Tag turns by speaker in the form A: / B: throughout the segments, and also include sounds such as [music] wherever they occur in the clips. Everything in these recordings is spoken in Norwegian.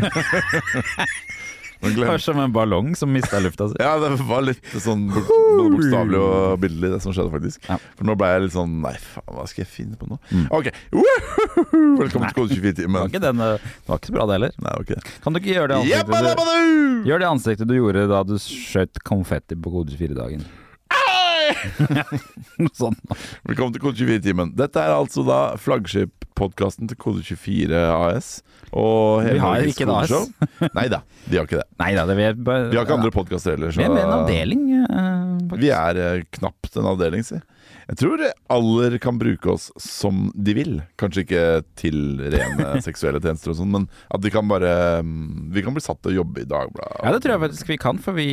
A: [laughs]
B: Men glem-
A: Var som en ballong som mista lufta si.
B: Ja, det var litt sånn bok- både bokstavelig og billedlig, det som skjedde, faktisk.
A: Ja.
B: For nå ble jeg litt sånn Nei, faen, hva skal jeg finne på nå? Ok, Woohoo! velkommen til Kode
A: Det
B: 24-timen.
A: var ikke den, eh, det var ikke så bra, det heller.
B: Nei, det var ikke det.
A: Kan du ikke gjøre det ansiktet du,
B: Jabba-dabba-doo!
A: gjør det ansiktet du gjorde da du skjøt konfetti på Kode 24-dagen? Noe sånt.
B: Velkommen til Kode 24-timen. Dette er altså da flaggskip-podkasten til Kode 24 AS. Og
A: Vi
B: hele
A: har
B: Norges
A: ikke en AS.
B: kodeshow. Nei da, de har ikke det.
A: Nei da, det vi er bare
B: De har
A: [laughs]
B: ikke andre podkaster heller.
A: Vi
B: så-
A: er med i en avdeling, eh, faktisk.
B: Vi er eh, knapt en avdeling, si. Jeg tror aller kan bruke oss som de vil. Kanskje ikke til
A: [laughs]
B: rene seksuelle tjenester og sånn, men at de kan bare mm, Vi kan bli satt til å jobbe i Dagbladet.
A: Ja, det tror jeg faktisk vi kan, for vi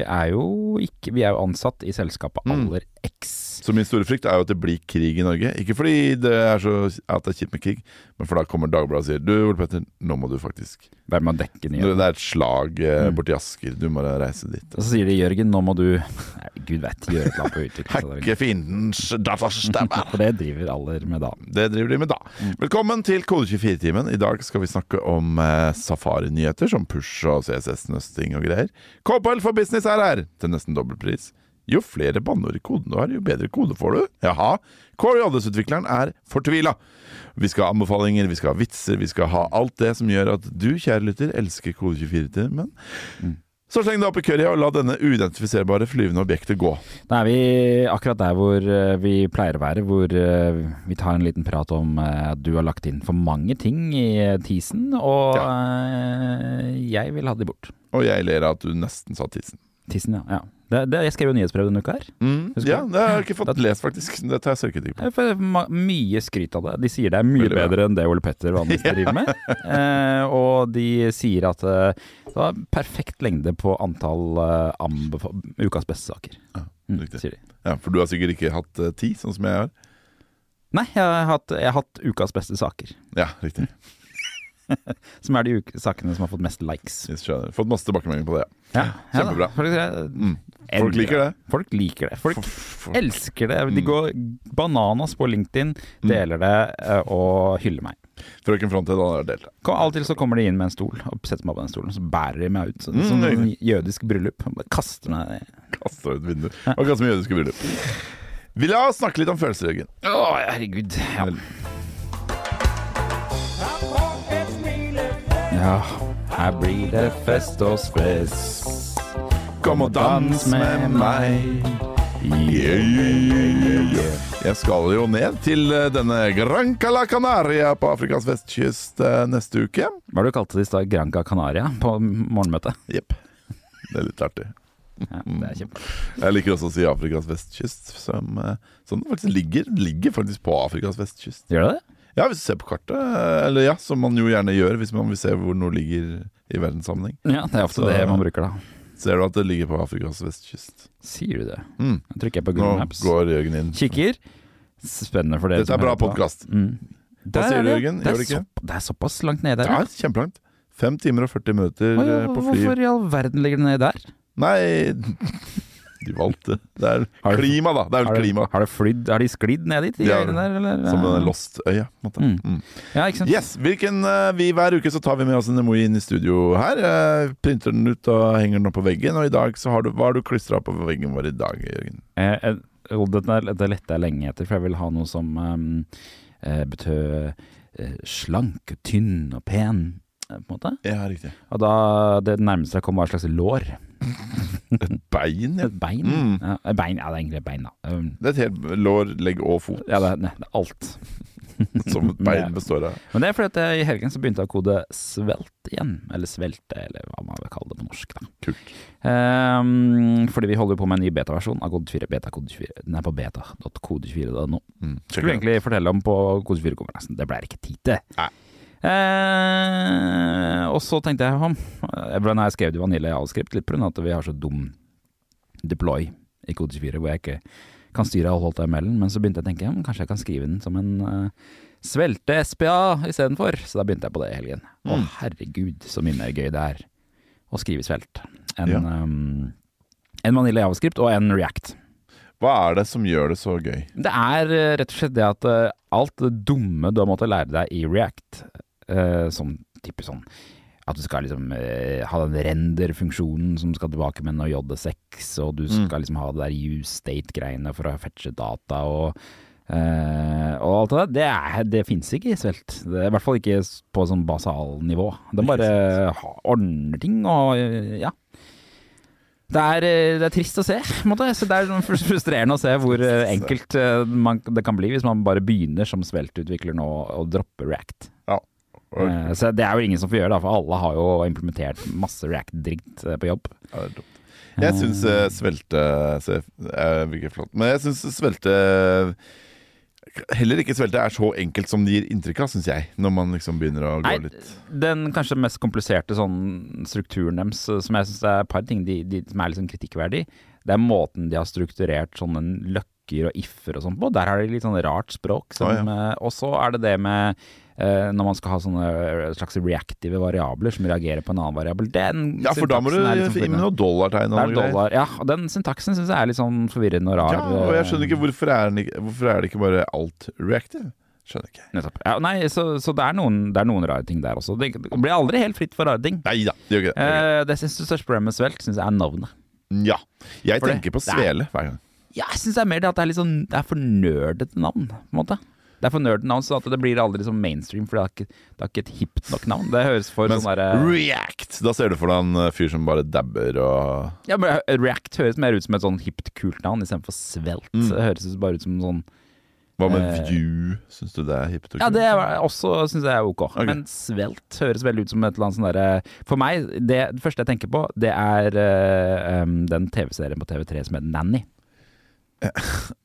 A: er jo ikke Vi er jo ansatt i selskapet
B: Mm.
A: Aller X.
B: Så min store frykt er jo at det blir krig i Norge. Ikke fordi det er så at det er kjipt med krig, men for da kommer Dagbladet og sier Du, Ole Petter, nå må du faktisk
A: Hvem må dekke nyhetene?
B: Det er et slag eh,
A: Mm.
B: borti Asker. Du må reise dit.
A: Og så sier de Jørgen, nå må du Nei, gud vet, gjøre et
B: [laughs]
A: eller annet på utviklingen.
B: Hacke fiendens datastemmer.
A: For det driver Aller med da.
B: Det driver de med da. Velkommen til Kode24-timen. I dag skal vi snakke om eh, safarinyheter som push og CSS-nøsting og greier. KPL for business er her, til nesten dobbel pris. Jo flere banneord i koden du har, jo bedre kode får du. Jaha. KJS-utvikleren er fortvila. Vi skal ha anbefalinger, vi skal ha vitser, vi skal ha alt det som gjør at du, kjære lytter, elsker Kode24-timen. Så sleng deg opp i curry og la denne uidentifiserbare flyvende objektet gå.
A: Da er vi akkurat der hvor eh, vi pleier å være, hvor eh, vi tar en liten prat om eh, at du har lagt inn for mange ting i eh, teasen, og eh, jeg vil ha de bort.
B: Og jeg ler av at du nesten sa tissen.
A: Tissen, ja. ja. Det, det, jeg skrev jo nyhetsbrev denne uka her.
B: Mm,
A: Husker
B: ja,
A: du?
B: det har jeg ikke fått lest, faktisk. Det tar jeg selvkritikk på.
A: Jeg får ma- mye skryt av det. De sier det er mye
B: Veldig bra.
A: bedre enn det Ole Petter
B: [laughs]
A: vanligvis driver med. Eh, og de sier at eh, det var perfekt lengde på antall eh, anbefal ukas beste saker. Mm,
B: riktig.
A: sier de.
B: Ja, for du har sikkert ikke hatt eh, ti, sånn som jeg har.
A: Nei, jeg har, hatt, jeg har hatt ukas beste saker.
B: Ja,
A: [laughs]
B: riktig.
A: Som er de uk sakene som har fått mest likes.
B: Jeg skjønner. Fått masse tilbakemeldinger på det. ja.
A: Ja, ja da.
B: Kjempebra.
A: Folk, eh,
B: Mm. Folk
A: elsker
B: liker det. Mm.
A: Folk liker det. Folk
B: F- f-
A: elsker det. De går bananas på LinkedIn,
B: Mm.
A: deler det eh, og hyller meg.
B: Frøken Fronthead har delt.
A: Kom- Av og til så kommer de inn med en stol og setter meg på den stolen, så bærer de meg ut. Sånn,
B: Mm,
A: som
B: det er
A: en jødisk bryllup. Bare kaster meg ned.
B: Kasta ut vinduet. Og ganske mye jødiske bryllup. Vi la oss snakke litt om følelser, Jørgen.
A: Å, herregud. Ja. ja. Her blir det fest og stress.
B: Kom og dans med meg. Yeah, yeah, yeah, yeah, yeah. Jeg skal jo ned til eh, denne Gran Cala Canaria på Afrikas vestkyst eh, neste uke.
A: Hva har du kalte det i stad? Granca Canaria på morgenmøtet? Mm.
B: Jepp. Det er litt artig.
A: Ja, det er kjempe.
B: Jeg liker også å si Afrikas vestkyst, som, eh, som det faktisk ligger, ligger faktisk på Afrikas vestkyst.
A: Gjør det det?
B: Ja, hvis du ser på kartet, eh, eller ja, som man jo gjerne gjør hvis man vil se hvor noe ligger i verdenssammenheng,
A: Ja, det er ofte
B: Så-
A: det man bruker da.
B: ser du at det ligger på Afrikas vestkyst.
A: Sier du det?
B: Mm.
A: Nå trykker jeg på
B: Nå
A: Google Maps.
B: går Jørgen inn.
A: Kikker. Spennende for dere
B: Dette er bra
A: podkast.
B: podkast. Hva sier du, Jørgen? Gjør det ikke?
A: Mm. det er såpass langt nede
B: Det
A: der.
B: er kjempelangt. Fem timer og 40 minutter
A: Oi,
B: eh, på fly.
A: Hvorfor i all verden ligger det nede der?
B: Nei [laughs] De valgte. Det er
A: Har du-
B: klima, da. Det er vel
A: Har, det,
B: klima.
A: har, det flydd, har de sklidd ned dit? De
B: Ja,
A: øyene der, eller?
B: Som den Lost-øya. på en måte.
A: Mm.
B: Mm.
A: Ja, ikke sant?
B: Yes, hvilken eh, vi Hver uke så tar vi med oss en emoji inn i studio her. eh, printer den ut og henger den opp på veggen. Og i dag så har du, hva har du klistra på veggen vår i dag, Jørgen?
A: Eh, eh, jo, den er, det lette jeg lenge etter, for jeg vil ha noe som ehm, eh, betød eh, slank, tynn og pen. eh, På en måte.
B: Ja, riktig.
A: Og da det nærmeste jeg kom, var et slags lår.
B: Bein, ja.
A: Et bein.
B: Mm.
A: Ja, et bein. ja, det er egentlig et bein, da. Um,
B: Det er et helt lår, legg og fot
A: ja, det, er- det er alt.
B: [laughs] som et
A: [laughs] Ja.
B: bein består av.
A: Men det er fordi at jeg, i helgen så begynte jeg å kode svelt igjen. Eller svelte, eller hva man vil kalle det på norsk. da.
B: Kult.
A: Ehm, fordi vi holder jo på med en ny beta-versjon av Kode 4. Beta, kode 4 den er på beta.kode4.no.
B: Mm.
A: Skulle vi egentlig fortelle om på Kode 4-konferansen. Det ble det ikke tid til.
B: Nei.
A: Eh, og så tenkte jeg om Hvordan har jeg skrevet i Vanilla JavaScript? Litt pga. at vi har så dum deploy i Kode 4, hvor jeg ikke kan styre all HTML-en. Men så begynte jeg å tenke om kanskje jeg kan skrive den som en eh, svelte SPA istedenfor. Så da begynte jeg på det i helgen. Å
B: Mm.
A: herregud, så mye mer gøy det er å skrive svelt enn
B: Ja.
A: ehm, enn Vanilla JavaScript og enn React.
B: Hva er det som gjør det så gøy?
A: Det er eh, rett og slett det at eh, alt det dumme du har måttet lære deg i React, eh, som type sånn At du skal liksom eh, ha den render-funksjonen som skal tilbake med noe JD6, og du skal liksom ha det der use state-greiene for å fetche data og eh, og alt det der, det, er- det fins ikke i Svelt. Det er I hvert fall ikke s- på sånn basalnivå. Den bare ha- ordner ting og eh, ja. Det er, eh, det er trist å se. på en Måte. Så det er sånn frus- frustrerende å se hvor eh, enkelt eh, man, det kan bli hvis man bare begynner som Svelt-utvikler nå og dropper React.
B: Ja. Og, ja,
A: Eh, Så det er jo ingen som får gjøre det, for alle har jo implementert masse React-dritt eh, på jobb.
B: det er dumt. Jeg syns uh, svelte se, eh, Virker flott. Men jeg syns svelte eh, Heller ikke svelte er så enkelt som det gir inntrykk av, syns jeg. Når man liksom begynner å gå
A: Nei,
B: litt
A: den kanskje mest kompliserte sånn strukturen deres, eh, som jeg syns er et par ting de, de, som er liksom kritikkverdig, det er måten de har strukturert sånne løkker og if-er og sånn på. Der har de litt sånn rart språk. Som,
B: Å,
A: eh, Og så er det det med eh, når man skal ha sånne eh, slags reactive variabler som reagerer på en annen variabel. Den
B: Ja, for da må du
A: syntaksen er
B: finne
A: liksom forvirrende.
B: noen dollartegn. og
A: Det er
B: noe greier.
A: dollar. Ja, og den syntaksen syns jeg er litt sånn forvirrende og rar.
B: Ja, og jeg
A: eh,
B: skjønner ikke hvorfor er, den ikke, hvorfor er det ikke bare alt reactive? Skjønner ikke.
A: eh, Nettopp. Ja, nei, så, så det, er noen, det er noen rare ting der også. Det blir aldri helt fritt for rare ting.
B: Nei da, det gjør ikke det.
A: Eh, det syns du største problemet med svelt, syns jeg er navnet.
B: Ja. Jeg
A: for det-
B: tenker på
A: det er-
B: svele hver gang.
A: Ja, jeg syns det er mer det at det er litt sånn Det er for nerdete navn, på en måte. Det er for nerdete navn, så at det blir aldri sånn mainstream, for det er ikke, det er ikke et hipt nok navn. Det høres for
B: Mens
A: sånn derre
B: react, da ser du for deg en eh, fyr som bare dabber og
A: ja, men React høres mer ut som et sånn hipt, kult navn istedenfor svelt.
B: Mm.
A: Det høres ut bare ut som sånn
B: Hva med
A: Eh.
B: view? Syns du det er hipt? og
A: Ja,
B: kult?
A: det er også syns jeg er ok.
B: Ok.
A: Men svelt høres veldig ut som et eller annet sånn derre For meg, det, det første jeg tenker på, det er eh, em, den TV-serien på TV3 som heter Nanny.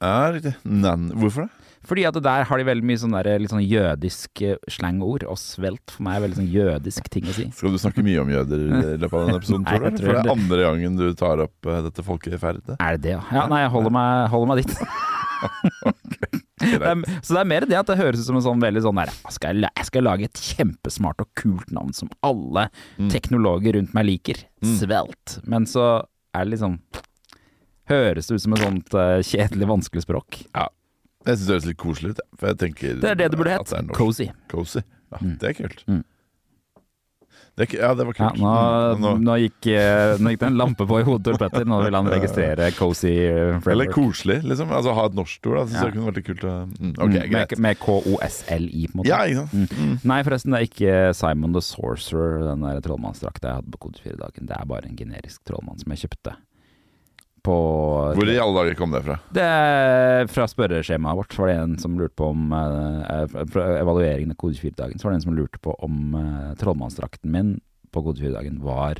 B: Ja, riktig. Nan Hvorfor det?
A: Fordi at der har de veldig mye sånn der, litt sånn jødisk eh, slangord, og svelt for meg er veldig sånn jødisk ting å si.
B: Skal du snakke mye om jøder
A: [laughs]
B: i løpet av denne episoden,
A: Nei,
B: tror du?
A: jeg
B: eller?
A: tror
B: For det er
A: det-
B: andre gangen du tar opp eh, dette folkeferdet.
A: Er det det, ja? ja nei, jeg holder meg, holder meg dit. Det er, så det er mer det at det høres ut som en sånn veldig sånn der jeg skal, la- jeg skal lage et kjempesmart og kult navn som alle teknologer rundt meg liker. Svelt. Men så er det liksom Høres det ut som et sånt eh, kjedelig, vanskelig språk.
B: Jeg syns det høres litt koselig ut. jeg. For jeg tenker
A: Det er det det burde
B: at
A: hett.
B: er norsk.
A: Cozy.
B: Cozy. Ja, det er kult.
A: Mm.
B: Det er, ku- ja, det var
A: Ja,
B: kult.
A: nå,
B: Mm,
A: nå,
B: nå-
A: gikk, eh, nå gikk det en lampe på i hodet til Petter. Nå vil han registrere cozy eh,
B: Eller
A: framework.
B: koselig, liksom. Altså Ha et norsk ord. da. Det synes jeg kunne vært litt kult. å- Mm, ok,
A: Mm, med,
B: greit.
A: med KOSLI, på en måte.
B: Ja, ikke sant.
A: Mm.
B: Mm.
A: Nei, forresten, det er ikke Simon the Sorcerer, den der trollmannsdrakta jeg hadde på Kode 4-dagen. Det er bare en generisk trollmann som jeg kjøpte. På
B: Hvor i alle dager kom det fra?
A: Det er fra spørreskjemaet vårt var det en som lurte på om eh, Fra evalueringen av Kode 4-dagen så var det en som lurte på om eh, trollmannsdrakten min på Kode 4-dagen var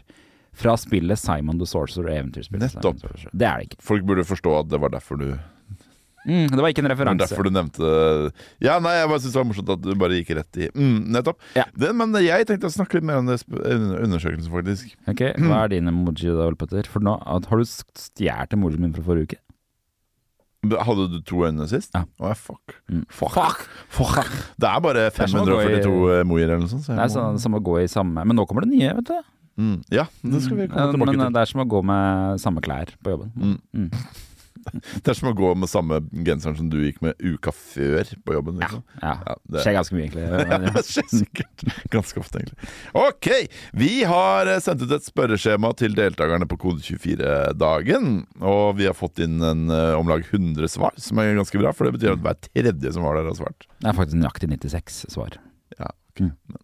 A: fra spillet Simon the Sorcerer og eventyrspillet. Simon
B: Nettopp.
A: the Sorcerer. Det er det ikke.
B: Folk burde forstå at det var derfor du
A: Mm, det var ikke en
B: det var
A: referanse.
B: derfor du nevnte det. Ja, nei, jeg bare synes det var morsomt at du bare gikk rett i mm, Nettopp.
A: Ja.
B: Det, men jeg tenkte å snakke litt mer om det sp- undersøkelsen, faktisk.
A: Ok, Hva er din emoji da, Ole Petter? For nå, har du stjålet emojien min fra forrige uke?
B: Hadde du to øyne sist?
A: Ja.
B: Å, ja, fuck.
A: Mm.
B: Fuck. Fuck. Det er bare
A: er som å gå i-
B: 542 moier eller noe sånt. Så
A: Det er
B: jeg
A: sånn,
B: må,
A: som å gå i samme Men nå kommer det nye, vet du.
B: mm, ja, det skal vi komme
A: Mm,
B: tilbake til.
A: men det er som å gå med samme klær på jobben.
B: Mm. [laughs] Det er som å gå med samme genseren som du gikk med uka før på jobben. Liksom.
A: Ja.
B: Ja,
A: Det
B: det- [laughs]
A: skjer ganske mye, egentlig.
B: Det skjer sikkert ganske ofte, egentlig. Ok, vi har eh, sendt ut et spørreskjema til deltakerne på Kode24-dagen. Og vi har fått inn en, eh, om lag 100 svar, som er ganske bra. For det betyr at hver tredje som var der, har svart.
A: Det er faktisk nøyaktig 96 svar. Mm.
B: Ja,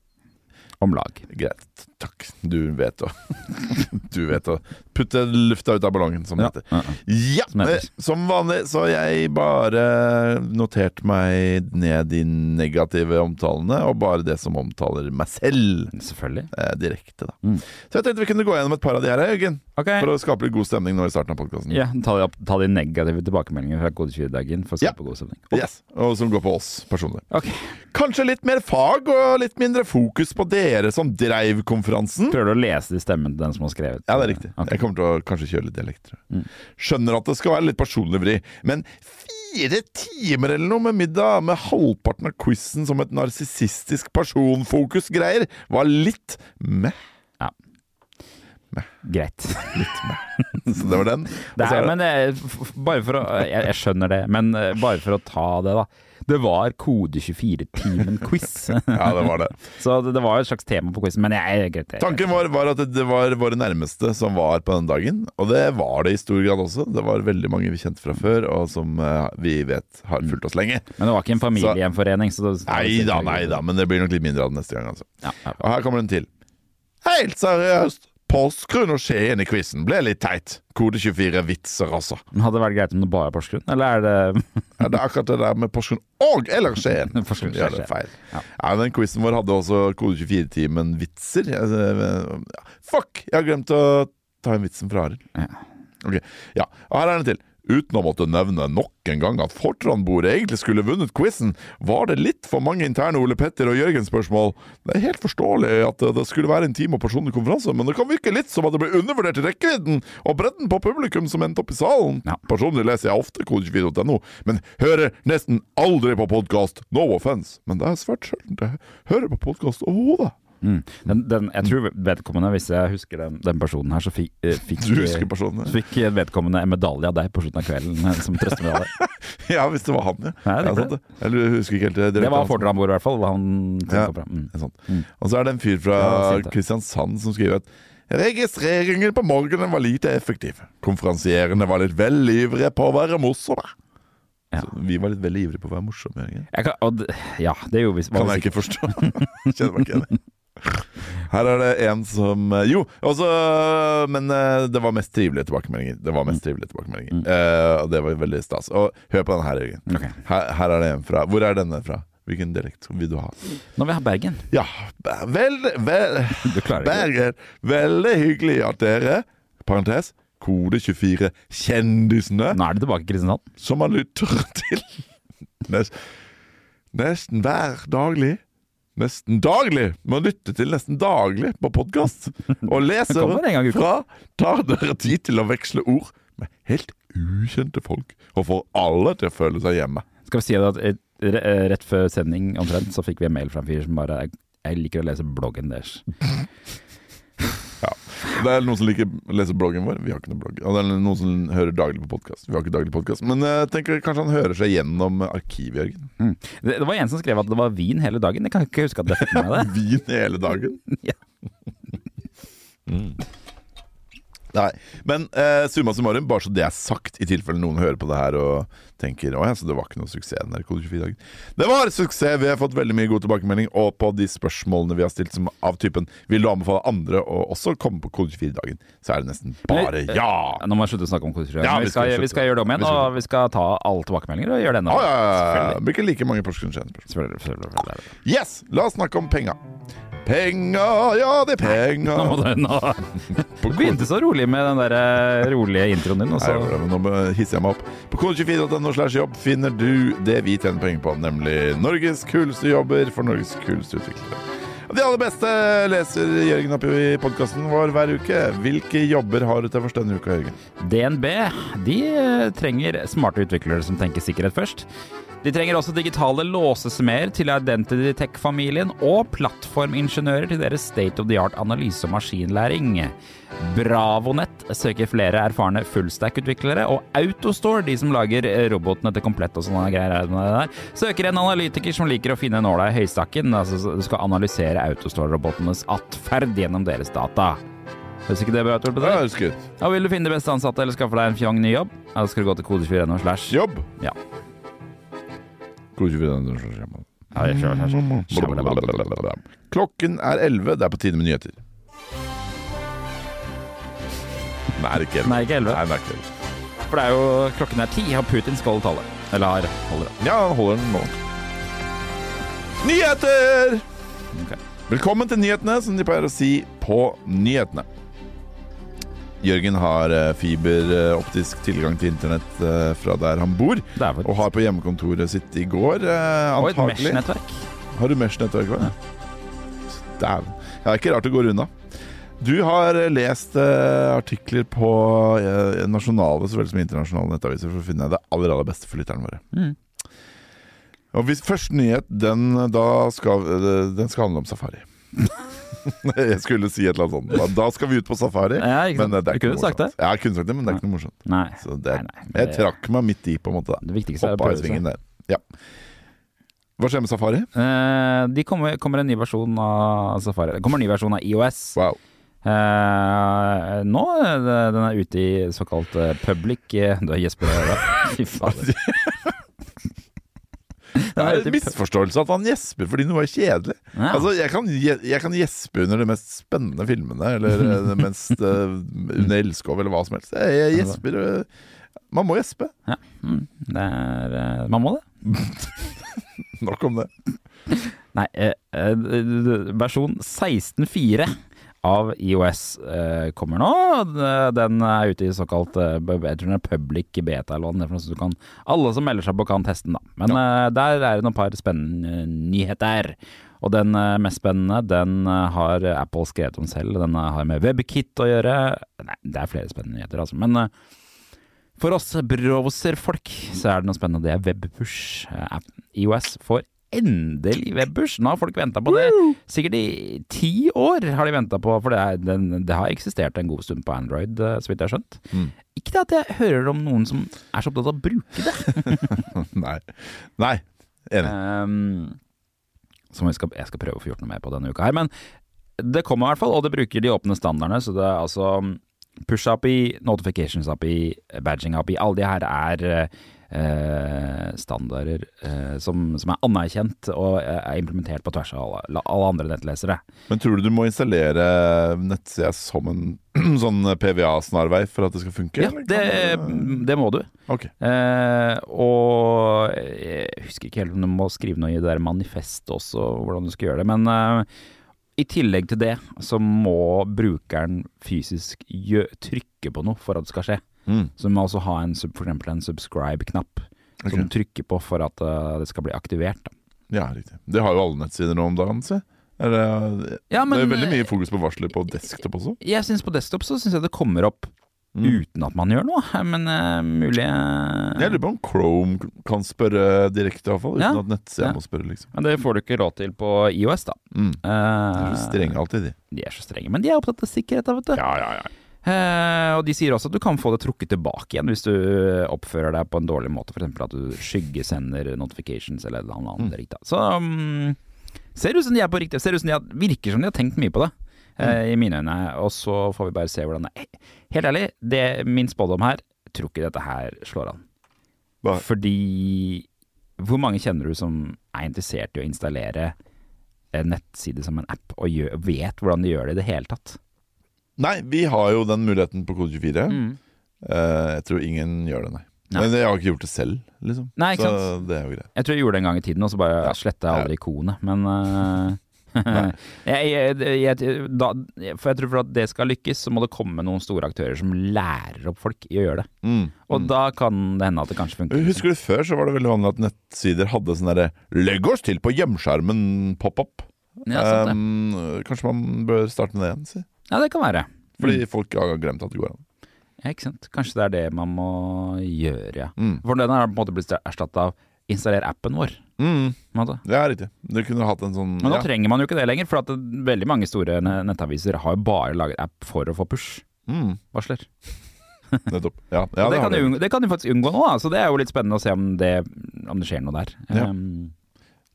A: Om lag.
B: Greit. Takk. Du vet å Du vet å [laughs] putte lufta ut av ballongen, som det heter.
A: Ja.
B: Ja,
A: Som heter.
B: eh, som vanlig så har jeg bare notert meg ned de negative omtalene, og bare det som omtaler meg selv
A: Selvfølgelig.
B: eh, direkte, da.
A: Mm.
B: Så jeg tenkte vi kunne gå gjennom et par av de her, Jørgen.
A: Ok.
B: For å skape litt god stemning nå i starten av podkasten.
A: Ja, ta, de opp, ta de negative tilbakemeldingene fra Kode 20-dagen for å skape god stemning.
B: Yes, og som går på oss personlig.
A: Ok.
B: Kanskje litt mer fag og litt mindre fokus på dere som dreiv konferansen.
A: Prøver du å lese det i stemmen til den som har skrevet?
B: Ja, det er riktig.
A: Ok.
B: Jeg kommer til å kanskje kjøre litt dialekt. tror jeg.
A: Mm.
B: Skjønner at det skal være litt personlig vri, men fire timer eller noe med middag med halvparten av quizen som et narsissistisk personfokus-greier var litt meh.
A: Ja. Greit.
B: [laughs] Så det var
A: [laughs]
B: den.
A: Det
B: Og så
A: er,
B: er det-
A: men det er, f- f- bare for å jeg, jeg skjønner det, men eh, bare for å ta det, da. Det var Kode24-timen-quiz,
B: Ja, det var det.
A: [laughs] så det, det var jo et slags tema på quizen. Men jeg, jeg, greit, jeg,
B: Tanken vår var at det var våre nærmeste som var på den dagen, og det var det i stor grad også. Det var veldig mange vi kjente fra før, og som eh, vi vet har fulgt oss lenge.
A: Men det var ikke en familiegjenforening, så, det-
B: Nei da, nei da, men det blir nok litt mindre av det neste gang, altså.
A: Ja, ja.
B: Og her kommer den til. Helt seriøst! Porsgrunn og Skien i quizen ble litt teit. Kode 24 vitser, altså.
A: Men Hadde det vært greit om det bare er Porsgrunn, eller er det
B: Ja, det er akkurat det der med Porsgrunn og eller Skien.
A: Porsgrunn og
B: Ja, det
A: Skien.
B: er feil.
A: Ja.
B: Ja. Den quizen vår hadde også Kode 24-timen vitser. Altså, ja. Fuck! Jeg har glemt å ta inn vitsen fra Arild.
A: Ja.
B: Ok, ja. Og her er den til. Uten å måtte nevne nok en gang at Fortran-bordet egentlig skulle vunnet quizen, var det litt for mange interne Ole Petter og Jørgen-spørsmål. Det er helt forståelig at det skulle være en time og personlig konferanse, men det kan virke litt som at det ble undervurdert i rekkevidden og bredden på publikum som endte opp i salen.
A: Ja.
B: Personlig leser jeg ofte kode24.no, men hører nesten aldri på podkast. No offense, men det er svært sjelden jeg hører på podkast overhodet.
A: Mm. Den, den, jeg tror vedkommende, hvis jeg husker den, den personen her, så fikk, eh, fikk,
B: Du husker personene?
A: så fikk vedkommende en medalje av deg på slutten av kvelden eh, som
B: [laughs]
A: trøstemedalje.
B: [laughs] Ja, hvis det var han, ja.
A: Nei, det
B: ja,
A: ble
B: sant Eller jeg husker ikke helt direkte.
A: Det var
B: hans-
A: Fortran-bordet, i hvert fall. hva Han kom
B: Ja.
A: fra. Mm.
B: Det er sant.
A: Mm.
B: Sånn. Og så er det en fyr fra
A: Ja, det er fint, det.
B: Kristiansand som skriver at Registreringen på morgenen var lite effektiv. Konferansierende var litt vel ivrige på å være morsomme.
A: Ja.
B: Så vi var litt vel ivrige på å være morsomme. Jørgen.
A: Jeg kan, og, d- ja, det er jo hvis
B: Kan jeg ikke forstå. [laughs] Kjenner meg ikke igjen. Her er det en som eh, Jo, også, men eh, det var mest trivelige tilbakemeldinger. Det var
A: Mm.
B: mest trivelige tilbakemeldinger. Eh, og det var veldig stas. Og hør på den her, Jørgen.
A: Ok.
B: Her, her er det en fra Hvor er denne fra? Hvilken dialekt vil du ha?
A: Når vi har Bergen.
B: Ja, bæ- vel, vel
A: Du klarer ikke det.
B: Berger, veldig hyggelig at dere Parentes Kode 24 Kjendisene
A: Nå er det tilbake i Kristiansand.
B: Som man lytter [laughs] til Nes- Nesten hver daglig Nesten daglig Man lytter til nesten daglig på
A: [laughs]
B: podcast Og lesere
A: kommer en gang i uka.
B: fra Tar dere tid til å veksle ord Med helt ukjente folk Og får alle til å føle seg hjemme
A: Skal vi si det at eh, re- eh, rett før sending omtrent, så fikk vi en mail fra en fyr som bare jeg, jeg liker å lese bloggen deres.
B: Det er noen som liker å lese bloggen vår. Vi har ikke noen blogg. Og det er noen som hører daglig på podkast. Vi har ikke daglig podkast. Men jeg tenker kanskje han hører seg gjennom arkivet, Jørgen.
A: Mm. Det, det var en som skrev at det var vin hele dagen. Jeg kan ikke huske at det fikk med meg det.
B: Vin hele dagen.
A: Ja.
B: Mm. Nei. Men eh, summa summarum, bare så det er sagt, i tilfelle noen hører på det her og tenker Å ja, så det var ikke noe suksess den der Kode 24-dagen. Det var suksess! Vi har fått veldig mye god tilbakemelding, og på de spørsmålene vi har stilt som av typen Vil du anbefale andre å også komme på Kode 24-dagen, så er det nesten bare
A: Men-
B: ja!
A: eh, Nå må jeg slutte å snakke om kosetrøya.
B: Ja,
A: vi,
B: vi skal
A: skal-
B: slutte.
A: vi skal gjøre det om igjen,
B: Vi skal-
A: og vi skal ta alle tilbakemeldinger og gjøre det enda
B: Å
A: mer.
B: ja, ja, ja. Det blir ikke like mange Porsgrunn Skien-spørsmål.
A: Selvfølgelig, selvfølgelig, selvfølgelig.
B: Yes! La oss snakke om penga. Penga, ja det er penga
A: Nå må du nå Du begynte så rolig med den der eh, rolige introen din, og
B: Nei,
A: så
B: jeg gjorde det, men Nå må- hisser jeg meg opp. På kode24.no slash jobb finner du det vi tjener penger på, nemlig Norges kuleste jobber for Norges kuleste utviklere. Og De aller beste leser Jørgen opp i podkasten vår hver uke. Hvilke jobber har du til først denne uka, Jørgen?
A: DNB de eh, trenger smarte utviklere som tenker sikkerhet først. De trenger også digitale låsesmeder til Identity Tech-familien og plattformingeniører til deres state of the art analyse og maskinlæring. Bravonet søker flere erfarne fullstack-utviklere, og Autostore, de som lager eh, robotene til komplett og sånne greier, er det der, søker en analytiker som liker å finne nåla i høystakken. Altså, så du skal analysere Autostore-robotenes atferd gjennom deres data. Høres ikke det bra ut? Ole Petter?
B: Ja, husker jeg.
A: Ja, vil du finne de beste ansatte eller skaffe deg en fjong ny jobb, ja, da skal du gå til kode24.no slash
B: Jobb.
A: Ja.
B: Kode24.no slash jobb.
A: Ja, jeg kjører her.
B: Blablabla. Klokken er 11, det er på tide med nyheter. Nei, det er ikke 11.
A: Nei, ikke 11.
B: Nei, det er ikke 11.
A: For det er jo klokken er ti, og Putin skal holde tale. Eller har holder det.
B: Ja, han holder den nå. Nyheter!
A: Ok.
B: Velkommen til nyhetene, som de pleier å si på nyhetene. Jørgen har eh, fiberoptisk tilgang til internett eh, fra der han bor,
A: Det er
B: og
A: for
B: har på hjemmekontoret sitt i går, eh,
A: Og et
B: antagelig.
A: mesh-nettverk.
B: Har du mesh-nettverk? Ja. Dæven. Ja, det er ikke rart det går unna. Du har eh, lest eh, artikler på eh, nasjonale så vel som internasjonale nettaviser for å finne det aller aller beste for lytterne våre.
A: Mm.
B: eh, Og hvis, Første nyhet den, da skal, eh, den skal handle om safari. [laughs] Jeg skulle si et eller annet sånt. Da skal vi ut på safari.
A: Ja, ikke sant.
B: Men eh, det er
A: Du
B: ikke
A: kunne
B: noe
A: sagt
B: morsomt.
A: det.
B: Ja, jeg kunne sagt det, men det er ikke noe morsomt.
A: Nei.
B: Så det,
A: Nei, nei, men
B: Jeg
A: det-
B: trakk meg midt i, på en måte. da
A: Det viktigste er å
B: Hoppa i
A: prøve seg.
B: svingen der. Ja. Hva skjer med safari?
A: Eh, de kommer, kommer en ny versjon av Safari. Det kommer en ny versjon av IOS.
B: Wow.
A: Eh, nå eh, den er ute i såkalt eh, public eh, Du har Jesper her, da. [laughs] Fy fader.
B: [laughs] Det
A: Den
B: er
A: er
B: en
A: ute i pub-
B: misforståelse at han gjesper fordi noe er kjedelig.
A: Ja.
B: Altså, jeg kan, gje- jeg kan gjespe under de mest spennende filmene, eller eh,
A: [laughs]
B: det mest eh, Under Elskov, eller hva som helst. Jeg, jeg gjesper eh, Man må gjespe. [laughs]
A: Ja. Mm, det er eh, Man må det.
B: Nok om det. [laughs]
A: Nei, eh, eh, versjon 16.4 av IOS eh, kommer nå. Den er ute i såkalt eh, jeg tror den er public beta eller hva den er. for noe, så Du kan, alle som melder seg på, kan teste den. da Men eh, der er det noen par spennende nyheter. Og den eh, mest spennende, den eh, har Apple skrevet om selv. Den eh, har med WebKit å gjøre. Nei, det er flere spennende nyheter, altså. Men eh, for oss browserfolk så er det noe spennende. Det er webpush. Eh, IOS får endelig webpush. Nå har folk venta på det. Sikkert i ti år har de venta på, for det, er, den, det har eksistert en god stund på Android, eh, så vidt jeg har skjønt.
B: Mm.
A: Ikke det at jeg hører om noen som er så opptatt av å bruke det.
B: Nei. Nei. Enig.
A: Ehm, som jeg skal, jeg skal prøve å få gjort noe mer på denne uka her. Men det kommer i hvert fall, og det bruker de åpne standardene. Så det er altså push-API, notifications-API, badging-API. Alle de her er eh, standarder eh, som, som er anerkjent og eh, er implementert på tvers av alle, alle andre nettlesere.
B: Men tror du du må installere nettsida som en [clears throat] sånn PVA-snarvei for at det skal funke?
A: Ja,
B: eller kan
A: det, mm,
B: du-
A: det må du.
B: Ok.
A: Eh, og eh, jeg husker ikke helt om du må skrive noe i det der manifestet også, hvordan du skal gjøre det. Men eh, i tillegg til det, så må brukeren fysisk gjø trykke på noe for at det skal skje.
B: Mm.
A: Så du må også ha en, sub- for eksempel en subscribe-knapp
B: Ok.
A: som du trykker på for at eh, det skal bli aktivert. Da.
B: Ja, riktig. Det har jo alle nettsider nå om dagen, se. Er det, det
A: Ja,
B: er
A: men eh,
B: veldig mye fokus på varsler på desktop også.
A: jeg synes på desktop så syns jeg det kommer opp
B: Mm.
A: uten at man gjør noe. [laughs] Men eh, mulig eh,
B: Jeg lurer på om Chrome kan spørre direkte, iallfall. Uten
A: Ja.
B: at nettsida
A: Ja.
B: må spørre, liksom.
A: Men det får du ikke råd til på IOS, da.
B: Mm. De
A: Eh,
B: er strenge alltid, de.
A: De er så strenge, men de er opptatt av sikkerhet, da, vet du.
B: Ja, ja, ja.
A: Eh, og de sier også at du kan få det trukket tilbake igjen hvis du oppfører deg på en dårlig måte, f.eks. at du skyggesender notifications eller noe
B: Mm.
A: annet. dritt, da. Så um, ser ut som de er på riktig Ser ut som de har, virker som de har tenkt mye på det, eh,
B: Mm.
A: i mine øyne. Og så får vi bare se hvordan det er. Helt ærlig, det min spådom her, jeg tror ikke dette her slår an.
B: Nei.
A: Fordi Hvor mange kjenner du som er interessert i å installere en eh, nettside som en app, og gjør, vet hvordan de gjør det i det hele tatt?
B: Nei, vi har jo den muligheten på kode 24. Eh, jeg tror ingen gjør det, nei.
A: Mm. Nei.
B: Men jeg har ikke gjort det selv, liksom.
A: Nei, ikke
B: så
A: sant?
B: det er jo greit.
A: Jeg tror jeg gjorde det en gang i tiden, og så bare
B: Ja.
A: slettet sletta jeg aldri ikonet. Men eh, [laughs] jeg, jeg, jeg, da, For jeg tror for at det skal lykkes, så må det komme noen store aktører som lærer opp folk i å gjøre det.
B: Mm.
A: Og da kan det hende at det kanskje funker.
B: Husker du før så var det veldig vanlig at nettsider hadde sånn derre 'Legg oss til på hjemskjermen pop-up'.
A: Ja, sant det.
B: Ehm, kanskje man bør starte med det igjen, si.
A: ja, det kan være.
B: Fordi folk har glemt at det går an.
A: Ja, ikke sant? Kanskje det er det man må gjøre, ja.
B: Mm.
A: For den har på en måte blitt erstatta av 'installer appen vår'.
B: Mm,
A: på en måte.
B: det er riktig. Du kunne hatt en sånn
A: Men nå
B: ja.
A: trenger man jo ikke det lenger, for at det, veldig mange store ne- nettaviser har jo bare laget app for å få push-varsler.
B: mm, Nettopp. Ja, ja,
A: Og [laughs] det,
B: det har
A: kan
B: du.
A: du, unngå- det kan du faktisk unngå nå, da. så det er jo litt spennende å se om det, om det skjer noe der.
B: Ja.
A: Um,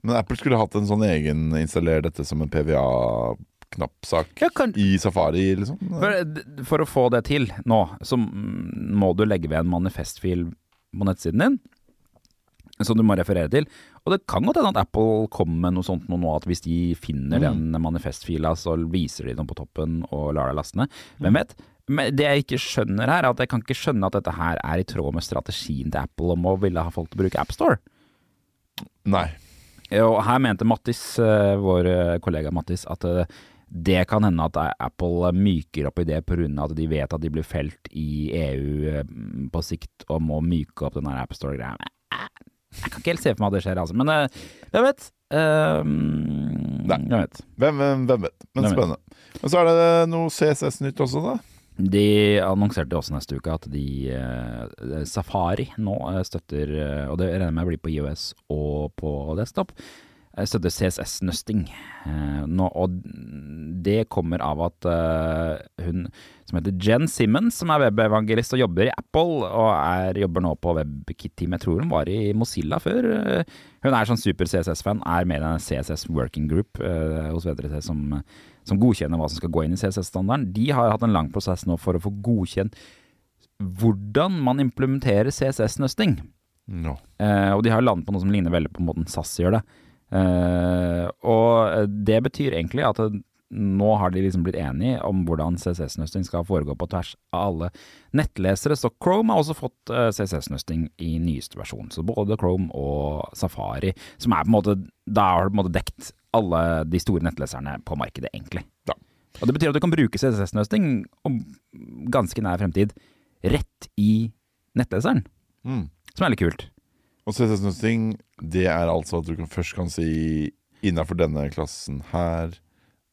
B: Men Apple skulle hatt en sånn egen installer dette som en PVA-knappsak
A: ja, kan,
B: i Safari, liksom.
A: for, for å få det til nå, så mm, må du legge ved en manifestfil på nettsiden din. Som du må referere til. Og det kan godt hende at Apple kommer med noe sånt nå, nå, at hvis de finner den manifestfila, så viser de den på toppen og lar deg laste ned. Hvem vet? Men det jeg ikke skjønner her, er at jeg kan ikke skjønne at dette her er i tråd med strategien til Apple om å ville ha folk til å bruke AppStore.
B: Nei.
A: Ja, Og her mente Mattis, eh, vår eh, kollega Mattis, at eh, det kan hende at eh, Apple myker opp i det pga. at de vet at de blir felt i EU eh, på sikt og må myke opp den her AppStore-greia. Men, eh, Jeg kan ikke helt se for meg at det skjer, altså. Men eh, hvem vet? Eh, Hvem vet.
B: Hvem, hvem, hvem vet. Men
A: Hvem vet.
B: spennende. Men så er det noe CSS-nytt også, da.
A: De annonserte også neste uke at de eh, Safari nå eh, støtter eh, Og det regner jeg med blir på IOS og på desktop. Jeg støtter CSS-nøsting. Eh, nå- og det kommer av at eh, hun som heter Jen Simmons, som er webevangelist og jobber i Apple, og er, jobber nå på WebKit-team, jeg tror hun var i Mozilla før. eh, Hun er sånn super CSS-fan, er med i den CSS Working Group eh, hos VDRC som, som godkjenner hva som skal gå inn i CSS-standarden. De har hatt en lang prosess nå for å få godkjent hvordan man implementerer CSS-nøsting.
B: No.
A: Eh, og de har landet på noe som ligner veldig på måten SAS gjør det. Eh, og det betyr egentlig at eh, nå har de liksom blitt enige om hvordan CSS-nøsting skal foregå på tvers av alle nettlesere. Så Chrome har også fått eh, CSS-nøsting i nyeste versjon. Så både Chrome og Safari, som er på en måte Da har du på en måte dekt alle de store nettleserne på markedet, egentlig.
B: Ja.
A: Og det betyr at du kan bruke CSS-nøsting om ganske nær fremtid rett i nettleseren,
B: Mm.
A: som er litt kult.
B: Og CSS-nøsting, det er altså at du kan, først kan si innafor denne klassen her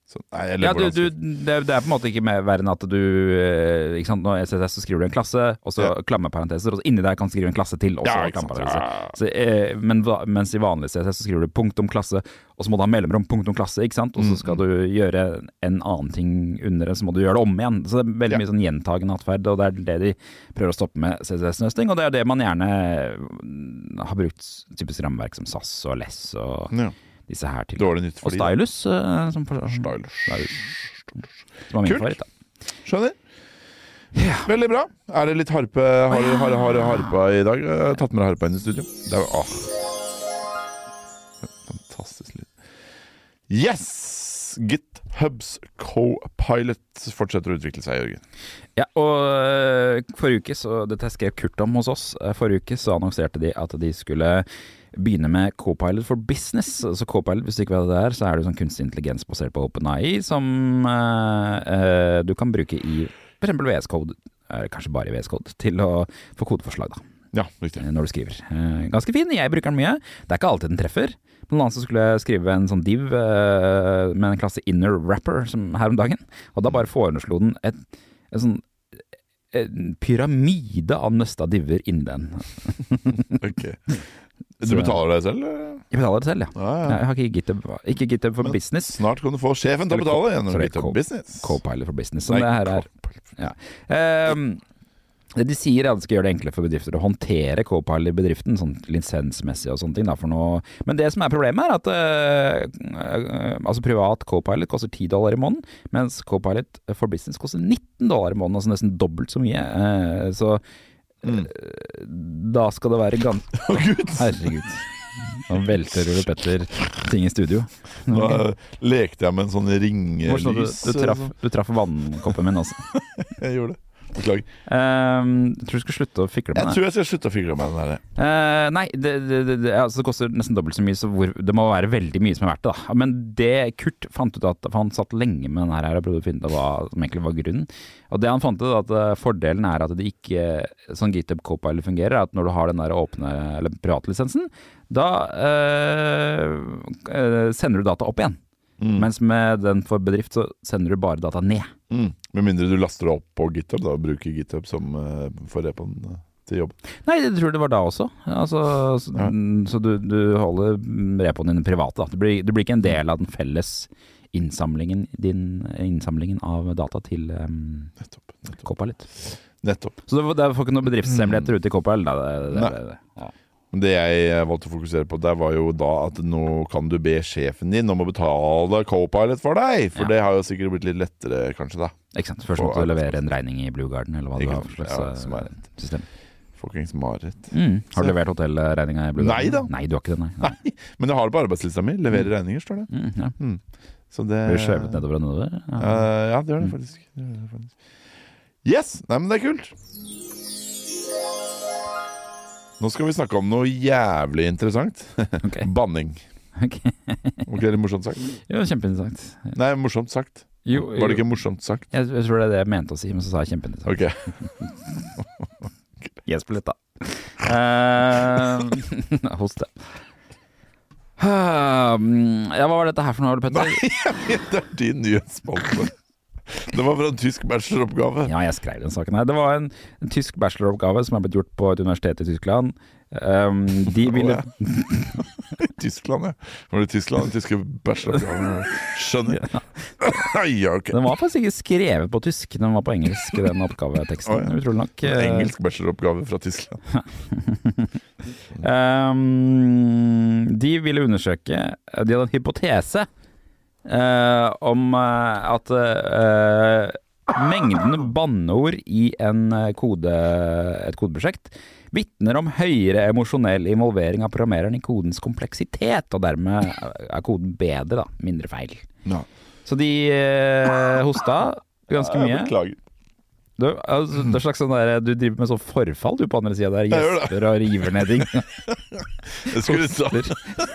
B: så, Nei, jeg
A: Ja,
B: lever
A: du,
B: hvordan-
A: du, det, er- det er på en måte ikke mer verre enn at du eh, ikke sant, Når SSS så skriver du en klasse, og så
B: Ja.
A: klammeparenteser, og så inni der kan du skrive en klasse til. Og så
B: Ja, ikke sant.
A: klammeparenteser.
B: Ja.
A: Så, eh, men hva- mens i vanlig CSS så skriver du punktum klasse, og så må du ha mellomrom punktum klasse, ikke sant? og
B: Mm,
A: så skal du gjøre en annen ting under det, så må du gjøre det om igjen. Så det er veldig
B: Ja.
A: mye sånn gjentagende atferd, og det er det de prøver å stoppe med CSS-nøsting. Og det er jo det man gjerne mm, har brukt typisk rammeverk som SAS og LESS og
B: Ja.
A: disse her til.
B: Mm. Dårlig nytt for
A: Og
B: de.
A: Stylus, eh, som, for, som
B: Style.
A: er min
B: Kult.
A: favoritt. da.
B: Skjønner. Veldig bra. Er det litt harpe Har du har, har, harpa i dag? Jeg har tatt med deg harpa inn i studio. Det er, ah. Fantastisk lyd. Yes! GitHubs co-pilot fortsetter å utvikle seg, Jørgen.
A: Ja, og øh, forrige uke, så dette skrev Kurt om hos oss, eh, forrige uke så annonserte de at de skulle begynne med Copilot for Business. Så Copilot, hvis du ikke vet hva det er, så er det sånn kunstig intelligens basert på OpenAI som eh, eh, du kan bruke i f.eks. VS Code, eh, kanskje bare i VS Code, til å få kodeforslag, da
B: Ja, riktig.
A: eh, når du skriver. Eh, Ganske fin, jeg bruker den mye. Det er ikke alltid den treffer. Blant annet så skulle jeg skrive en sånn div eh, med en klasse inner wrapper som, her om dagen, og da bare foreslo den et, en sånn eh, en pyramide av nøsta diver inni den.
B: Ok. Du betaler deg selv? eh? eller?
A: Jeg betaler det selv, ja.
B: Ja, ja.
A: Jeg har ikke GitHub, ikke GitHub for
B: Men-
A: business.
B: Snart kan du få sjefen til å
A: Eller
B: betale
A: co-
B: gjennom
A: så det er
B: GitHub
A: co-
B: Business.
A: Copilot for business, som
B: Nei,
A: det her er. Ja. Ehm, det de sier er at det skal gjøre det enklere for bedrifter å håndtere Copilot i bedriften, sånn lisensmessig og sånne ting. Da, for noe. Men det som er problemet, er at eh, eh, altså privat Copilot koster 10 dollar i måneden, mens Copilot for business koster 19 dollar i måneden, altså nesten dobbelt så mye. Eh, så
B: Mm.
A: eh, da skal det være gans...
B: [laughs] Å, Gud!
A: Herregud. Nå velter Ole Petter ting i studio.
B: Nå eh, lekte jeg med en sånn
A: Morsomt at
B: ringelys. eh,
A: du, du, traff,
B: altså.
A: du traff vannkoppen min også.
B: Jeg gjorde det. Beklager.
A: Ehm, jeg tror du skal slutte å fikle med
B: Jeg
A: det.
B: tror jeg skal slutte å fikle med den der.
A: Eh, nei, det, det, det, det, altså det koster nesten dobbelt så mye, så hvor, det må være veldig mye som er verdt det. da Men det Kurt fant ut at For han satt lenge med den her og prøvde å finne ut av hva som egentlig var grunnen. Og det han fant ut, at eh, fordelen er at det ikke sånn GitHub Copilot fungerer, er at når du har den der åpne eller privatlisensen, da eh, eh, sender du data opp igjen.
B: Mm.
A: Mens med den for bedrift så sender du bare data ned.
B: Mm. Med mindre du laster det opp på GitHub, da, og bruker GitHub som uh, for repen eh, til jobb.
A: Nei, jeg tror det var da også. Altså, så
B: Ja.
A: så du, du holder repoen din private. Da. Du, blir, du blir ikke en del av den felles innsamlingen, din, innsamlingen av data til um,
B: Nettopp. Nettopp.
A: Copilot.
B: Nettopp.
A: Så det, det får ikke noen bedriftshemmeligheter ute i Copilot. Da. Det, det,
B: Mm. Nei.
A: det, det. Ja.
B: Men det jeg eh, valgte å fokusere på der, var jo da at nå kan du be sjefen din om å betale co-pilot for deg. For
A: Ja.
B: det har jo sikkert blitt litt lettere, kanskje, da.
A: Ikke sant. Først
B: Og
A: måtte du
B: arbeidsplass.
A: levere en regning i Blue Garden, eller hva det
B: Ikke
A: var for
B: sant.
A: slags
B: Ja, som er
A: eh, system.
B: Fuckings mareritt.
A: Mm. Har du
B: Så-
A: levert hotellregninga i Blue
B: Nei da.
A: Garden? Nei, du har ikke det, nei. nei.
B: Men jeg har det på arbeidslista mi. Leverer regninger, står det.
A: Mm, ja.
B: Så det
A: Blir skjøvet nedover og nedover. Ja.
B: Eh, ja, det gjør det
A: Mm.
B: faktisk. Det gjør det faktisk. Yes! Nei, men det er kult. Nå skal vi snakke om noe jævlig interessant. [laughs]
A: Ok.
B: Banning.
A: Ok.
B: Var ikke det morsomt sagt?
A: Jo, kjempeinteressant.
B: Nei, morsomt sagt.
A: Jo,
B: Var det
A: jo.
B: ikke morsomt sagt?
A: Jeg, jeg tror det er det jeg mente å si, men så sa jeg kjempeinteressant.
B: Ok. [laughs]
A: Gjesp litt, da. Uh, [laughs] host, ja. Ah, mm, Hm, ja. Hva var dette her for noe, Ole Petter?
B: Nei, jeg vet det er din nyhetsspalte. Det var fra en tysk bacheloroppgave.
A: [laughs] Ja, jeg skrev den saken her. Det var en, en tysk bacheloroppgave som er blitt gjort på et universitet i Tyskland. Um,
B: [laughs]
A: de ville
B: I Tyskland, ja. Var det Tyskland? Den tyske bacheloroppgaven? Skjønner. [laughs] ja, ok.
A: Den var faktisk ikke skrevet på tysk, den var på engelsk, den oppgaveteksten.
B: Å, ja.
A: Utrolig nok.
B: En Engelsk bacheloroppgave fra Tyskland.
A: Ehm, de ville undersøke De hadde en hypotese eh, om eh, at eh, mengden banneord i en eh, kode, et kodeprosjekt vitner om høyere emosjonell involvering av programmereren i kodens kompleksitet, og dermed eh, er koden bedre, da. Mindre feil.
B: Ja.
A: Så de eh, hosta ganske
B: Jeg
A: mye.
B: Beklager.
A: Du, altså, det er slags sånn der, du driver med sånn forfall du på andre sida der.
B: Jeg gjør det.
A: Gjesper og river ned ting.
B: Jeg skulle, ta, [laughs]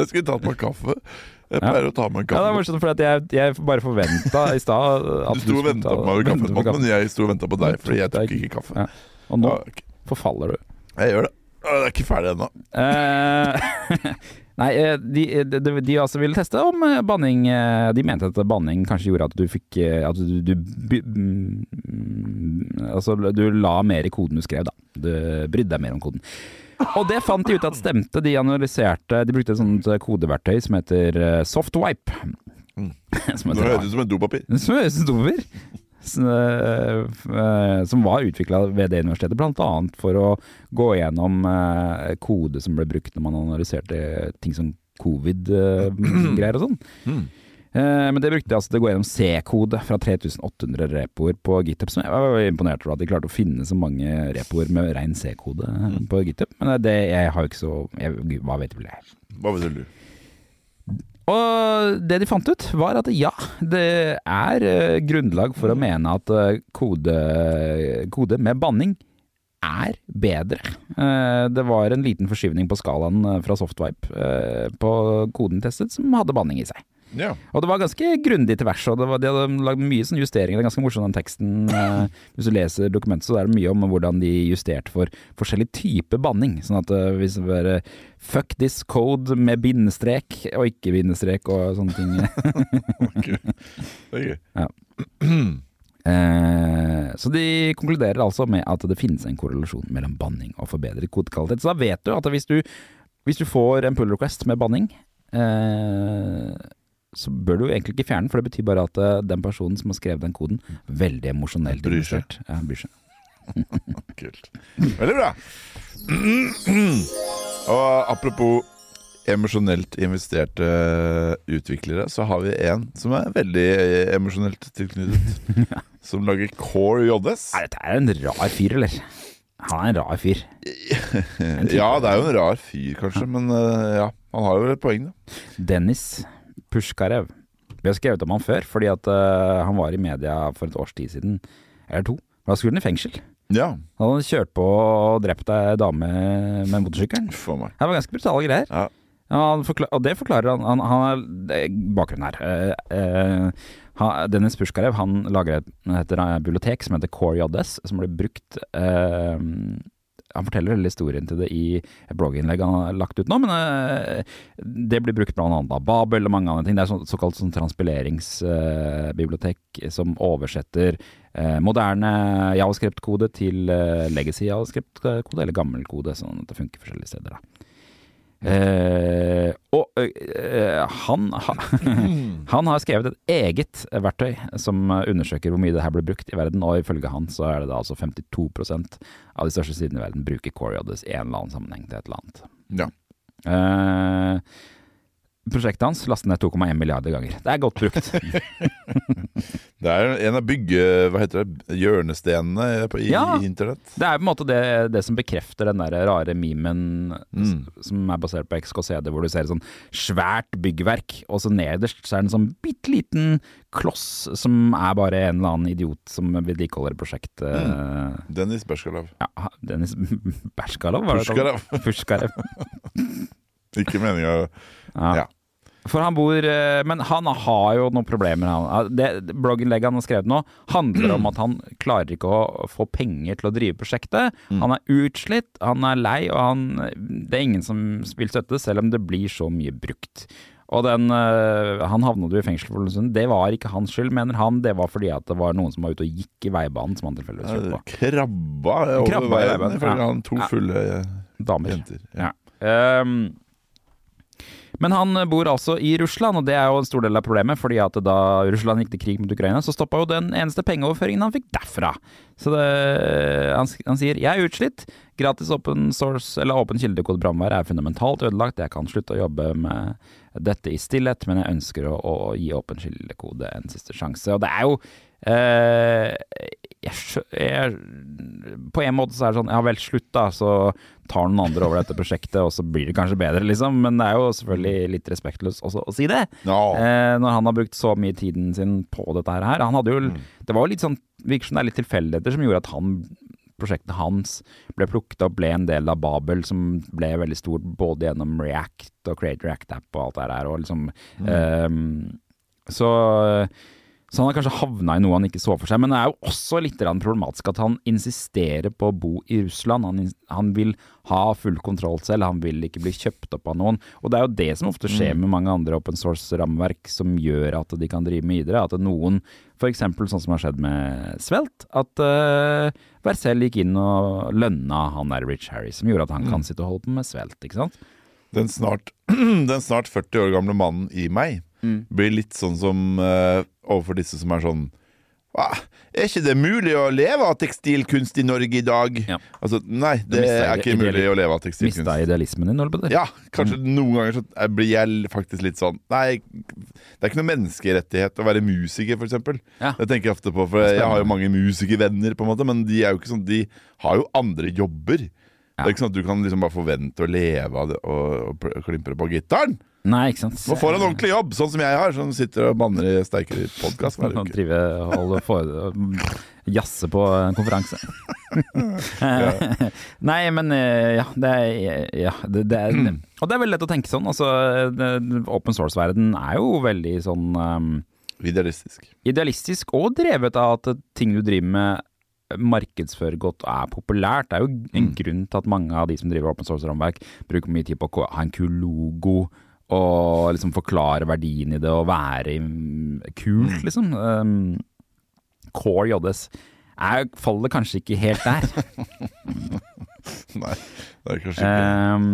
B: jeg skulle tatt meg kaffe. Jeg
A: Ja.
B: pleier å ta meg en
A: Ja, det er
B: kaffe.
A: morsomt, for at jeg, jeg bare forventa i stad at
B: du sto og
A: skulle
B: venta
A: ta-
B: på meg ved
A: vente på
B: kaffeautomaten, men jeg sto og venta på deg fordi jeg
A: Takk.
B: tok ikke kaffe.
A: Ja. Og nå
B: Ja, ok.
A: forfaller du.
B: Jeg gjør det. Å, Det er ikke ferdig ennå.
A: Eh, [laughs] nei, eh, de, de, de, de altså ville teste om eh, banning eh, De mente at banning kanskje gjorde at du fikk eh, At du, du, by- mm, Altså, du la mer i koden du skrev, da. Du brydde deg mer om koden. Og det fant de ut at stemte. De analyserte De brukte et sånt eh, kodeverktøy som heter eh, Softwipe.
B: Mm.
A: [laughs] Som
B: Nå
A: heter
B: høres det ut som et dopapir.
A: som høres ut over. S- eh, f- eh, Som var utvikla ved det universitetet, bl.a. for å gå gjennom eh, kode som ble brukt når man analyserte ting som covid-greier og sånn.
B: Mm.
A: Eh, Men det brukte de altså til å gå gjennom C-kode fra 3800 repoer på GitHub. Som jeg var imponert over at de klarte å finne så mange repoer med ren C-kode eh, på GitHub. Men det, jeg har jo ikke så jeg, Gud, Hva vet vel jeg?
B: Hva vil du?
A: Og det de fant ut, var at ja, det er eh, grunnlag for å mene at eh, kode, kode med banning er bedre. Eh, det var en liten forskyvning på skalaen eh, fra Softwipe eh, på koden testet som hadde banning i seg.
B: Ja. [laughs]
A: Og det var ganske grundig til vers, og det var, de hadde lagd mye sånn justeringer. Det er ganske morsomt, den teksten. eh, Hvis du leser dokumentet, så er det mye om hvordan de justerte for forskjellig type banning. Sånn at eh, hvis det var eh, 'fuck this code' med bindestrek og ikke bindestrek og sånne ting
B: ok. Det er gøy.
A: Eh, Så de konkluderer altså med at det finnes en korrelasjon mellom banning og forbedret kodekvalitet. Så da vet du at hvis du, hvis du får en pull request med banning, eh, så bør du egentlig ikke fjerne den, for det betyr bare at eh, den personen som har skrevet den koden, veldig emosjonelt
B: Bryr seg.
A: investert. Ja, bryr seg.
B: [clears throat] Kult. Veldig bra. [clears throat] Og apropos emosjonelt investerte utviklere, så har vi en som er veldig emosjonelt tilknyttet.
A: [laughs]
B: Som lager Core JS.
A: Nei, dette er en rar fyr, eller? Han er en rar fyr.
B: Ja, det er jo en rar fyr, kanskje, men eh, ja, han har jo et poeng, da.
A: Dennis Pushkarev. Vi har skrevet om han før, fordi at eh, han var i media for et års tid siden, eller to. Da skulle han i fengsel.
B: Ja,
A: Han hadde kjørt på og drept ei dame med motorsykkelen.
B: uff
A: [laughs]
B: a meg.
A: Det var ganske brutale greier.
B: Ja.
A: Ja, han forkla- og det forklarer han, han, han er, det er Bakgrunnen her. Eh, eh, han- Dennis Pushkarev han lager et det heter et bibliotek som heter Core JS, som ble brukt eh, Han forteller hele historien til det i et blogginnlegg han har lagt ut nå, men eh, det blir brukt bl.a. av Babel og mange andre ting. Det er sånn- såkalt sånn transpileringsbibliotek som oversetter eh, moderne javascript-kode til eh, legacy javascript-kode, eller gammel kode, sånn at det funker forskjellige steder. da. Eh, og eh, eh, han, ha, han har skrevet et eget verktøy som eh, undersøker hvor mye det her ble brukt i verden, og ifølge han så er det da altså 52 av de største sidene i verden bruker Coriodes i en eller annen sammenheng til et eller annet.
B: Ja.
A: Eh, prosjektet hans lastet ned 2,1 milliarder ganger. Det er godt
B: [laughs]
A: brukt.
B: Det er en av bygge... Hva heter det? Hjørnestenene på, i,
A: Ja.
B: i internett.
A: Det er på en måte det, det som bekrefter den der rare memen s-
B: Mm.
A: som er basert på XKCD, hvor du ser et sånn svært byggverk, og så nederst så er det en sånn bitte liten kloss som er bare en eller annen idiot som vedlikeholder prosjektet.
B: Dennis Berskalov.
A: Ja, ha- Dennis [laughs] Berskalov, var det?
B: Pushkarev.
A: Pushkarev.
B: [laughs] Ikke meninga
A: Ja.
B: Ja.
A: For han bor eh, Men han har jo noen problemer, han. Det blogginnlegget han har skrevet nå, handler om at han klarer ikke å få penger til å drive prosjektet. Han er utslitt, han er lei, og han, det er ingen som vil støtte, selv om det blir så mye brukt. Og den, eh, han havnet jo i fengsel for en stund. Det var ikke hans skyld, mener han. Det var fordi at det var noen som var ute og gikk i veibanen, som han tilfeldigvis kjørte på.
B: Krabba over
A: Krabba i
B: veien
A: veien,
B: ifølge
A: ja.
B: han to
A: Ja.
B: fulle eh,
A: Damer.
B: jenter.
A: Ja. Ehm, men han bor altså i Russland, og det er jo en stor del av problemet. fordi at da Russland gikk til krig mot Ukraina, så stoppa jo den eneste pengeoverføringen han fikk derfra. Så det, han, sk- han sier 'jeg er utslitt'. Gratis open source eller åpen kildekode brannvær er fundamentalt ødelagt. Jeg kan slutte å jobbe med dette i stillhet, men jeg ønsker å, å gi åpen kildekode en siste sjanse. Og det er jo eh, jeg, skjø- jeg, På en måte så er det sånn Ja vel, slutt, da. Så tar noen andre over dette prosjektet, og så blir det kanskje bedre, liksom. Men det er jo selvfølgelig litt respektløst også å si det.
B: Ja.
A: Eh, når han har brukt så mye tiden sin på dette her. Han hadde jo, Det var jo litt sånn, virker som det er litt tilfeldigheter som gjorde at han prosjektet hans ble plukket opp, ble en del av Babel, som ble veldig stort både gjennom React og Create React App og alt det her. Og liksom, eh, så, så han har kanskje havna i noe han ikke så for seg. Men det er jo også litt grann problematisk at han insisterer på å bo i Russland. Han, ins- han vil ha full kontroll selv, han vil ikke bli kjøpt opp av noen. Og det er jo det som ofte skjer med mange andre open source-rammeverk som gjør at de kan drive med videre. At noen, f.eks. sånn som har skjedd med Svelt, at uh, Vercel gikk inn og lønna han der Rich Harry, som gjorde at han kan sitte og holde på med Svelt, ikke sant.
B: Den, snart, [clears throat] den snart 40 år gamle mannen i meg
A: Mm.
B: blir litt sånn som eh, overfor disse som er sånn «Hva? Er ikke det mulig å leve av tekstilkunst i Norge i dag?
A: Ja.
B: Altså, nei, det
A: mistet
B: er
A: jeg
B: ikke
A: det-
B: mulig å leve av
A: Mista
B: tekstilkunst.
A: idealismen din, holdt på å si.
B: [laughs] Ja, kanskje
A: Mm.
B: noen ganger så er- blir jeg faktisk litt sånn Nei, det er ikke noe menneskerettighet å være musiker, for eksempel.
A: Ja.
B: Det tenker jeg ofte på, for jeg har jo mange musikervenner, på en måte, men de er jo ikke sånn De har jo andre jobber. Det er ikke sånn at du kan liksom bare forvente å leve av det og, og pl- klimpre på gitaren.
A: Nei, ikke sant.
B: Man får en ordentlig jobb, sånn som jeg har, som sitter og banner i sterkere podkast
A: [laughs]
B: hver
A: Å
B: uke.
A: drive og holde fore- og jazze på en konferanse. Eh, Nei, men eh, ja, det er, ja det, det er Og det er veldig lett å tenke sånn. Altså, det, open source-verden er jo veldig sånn ehm,
B: Idealistisk.
A: idealistisk og drevet av at ting du driver med markedsfører godt og er populært. Det er jo en grunn til at mange av de som driver open source-rammeverk, bruker mye tid på å ko- ha en kul logo og liksom forklare verdien i det og være mm, kult, liksom. Um, Core JS er, faller kanskje ikke helt der.
B: Nei, det er kanskje
A: Eh.
B: ikke
A: um,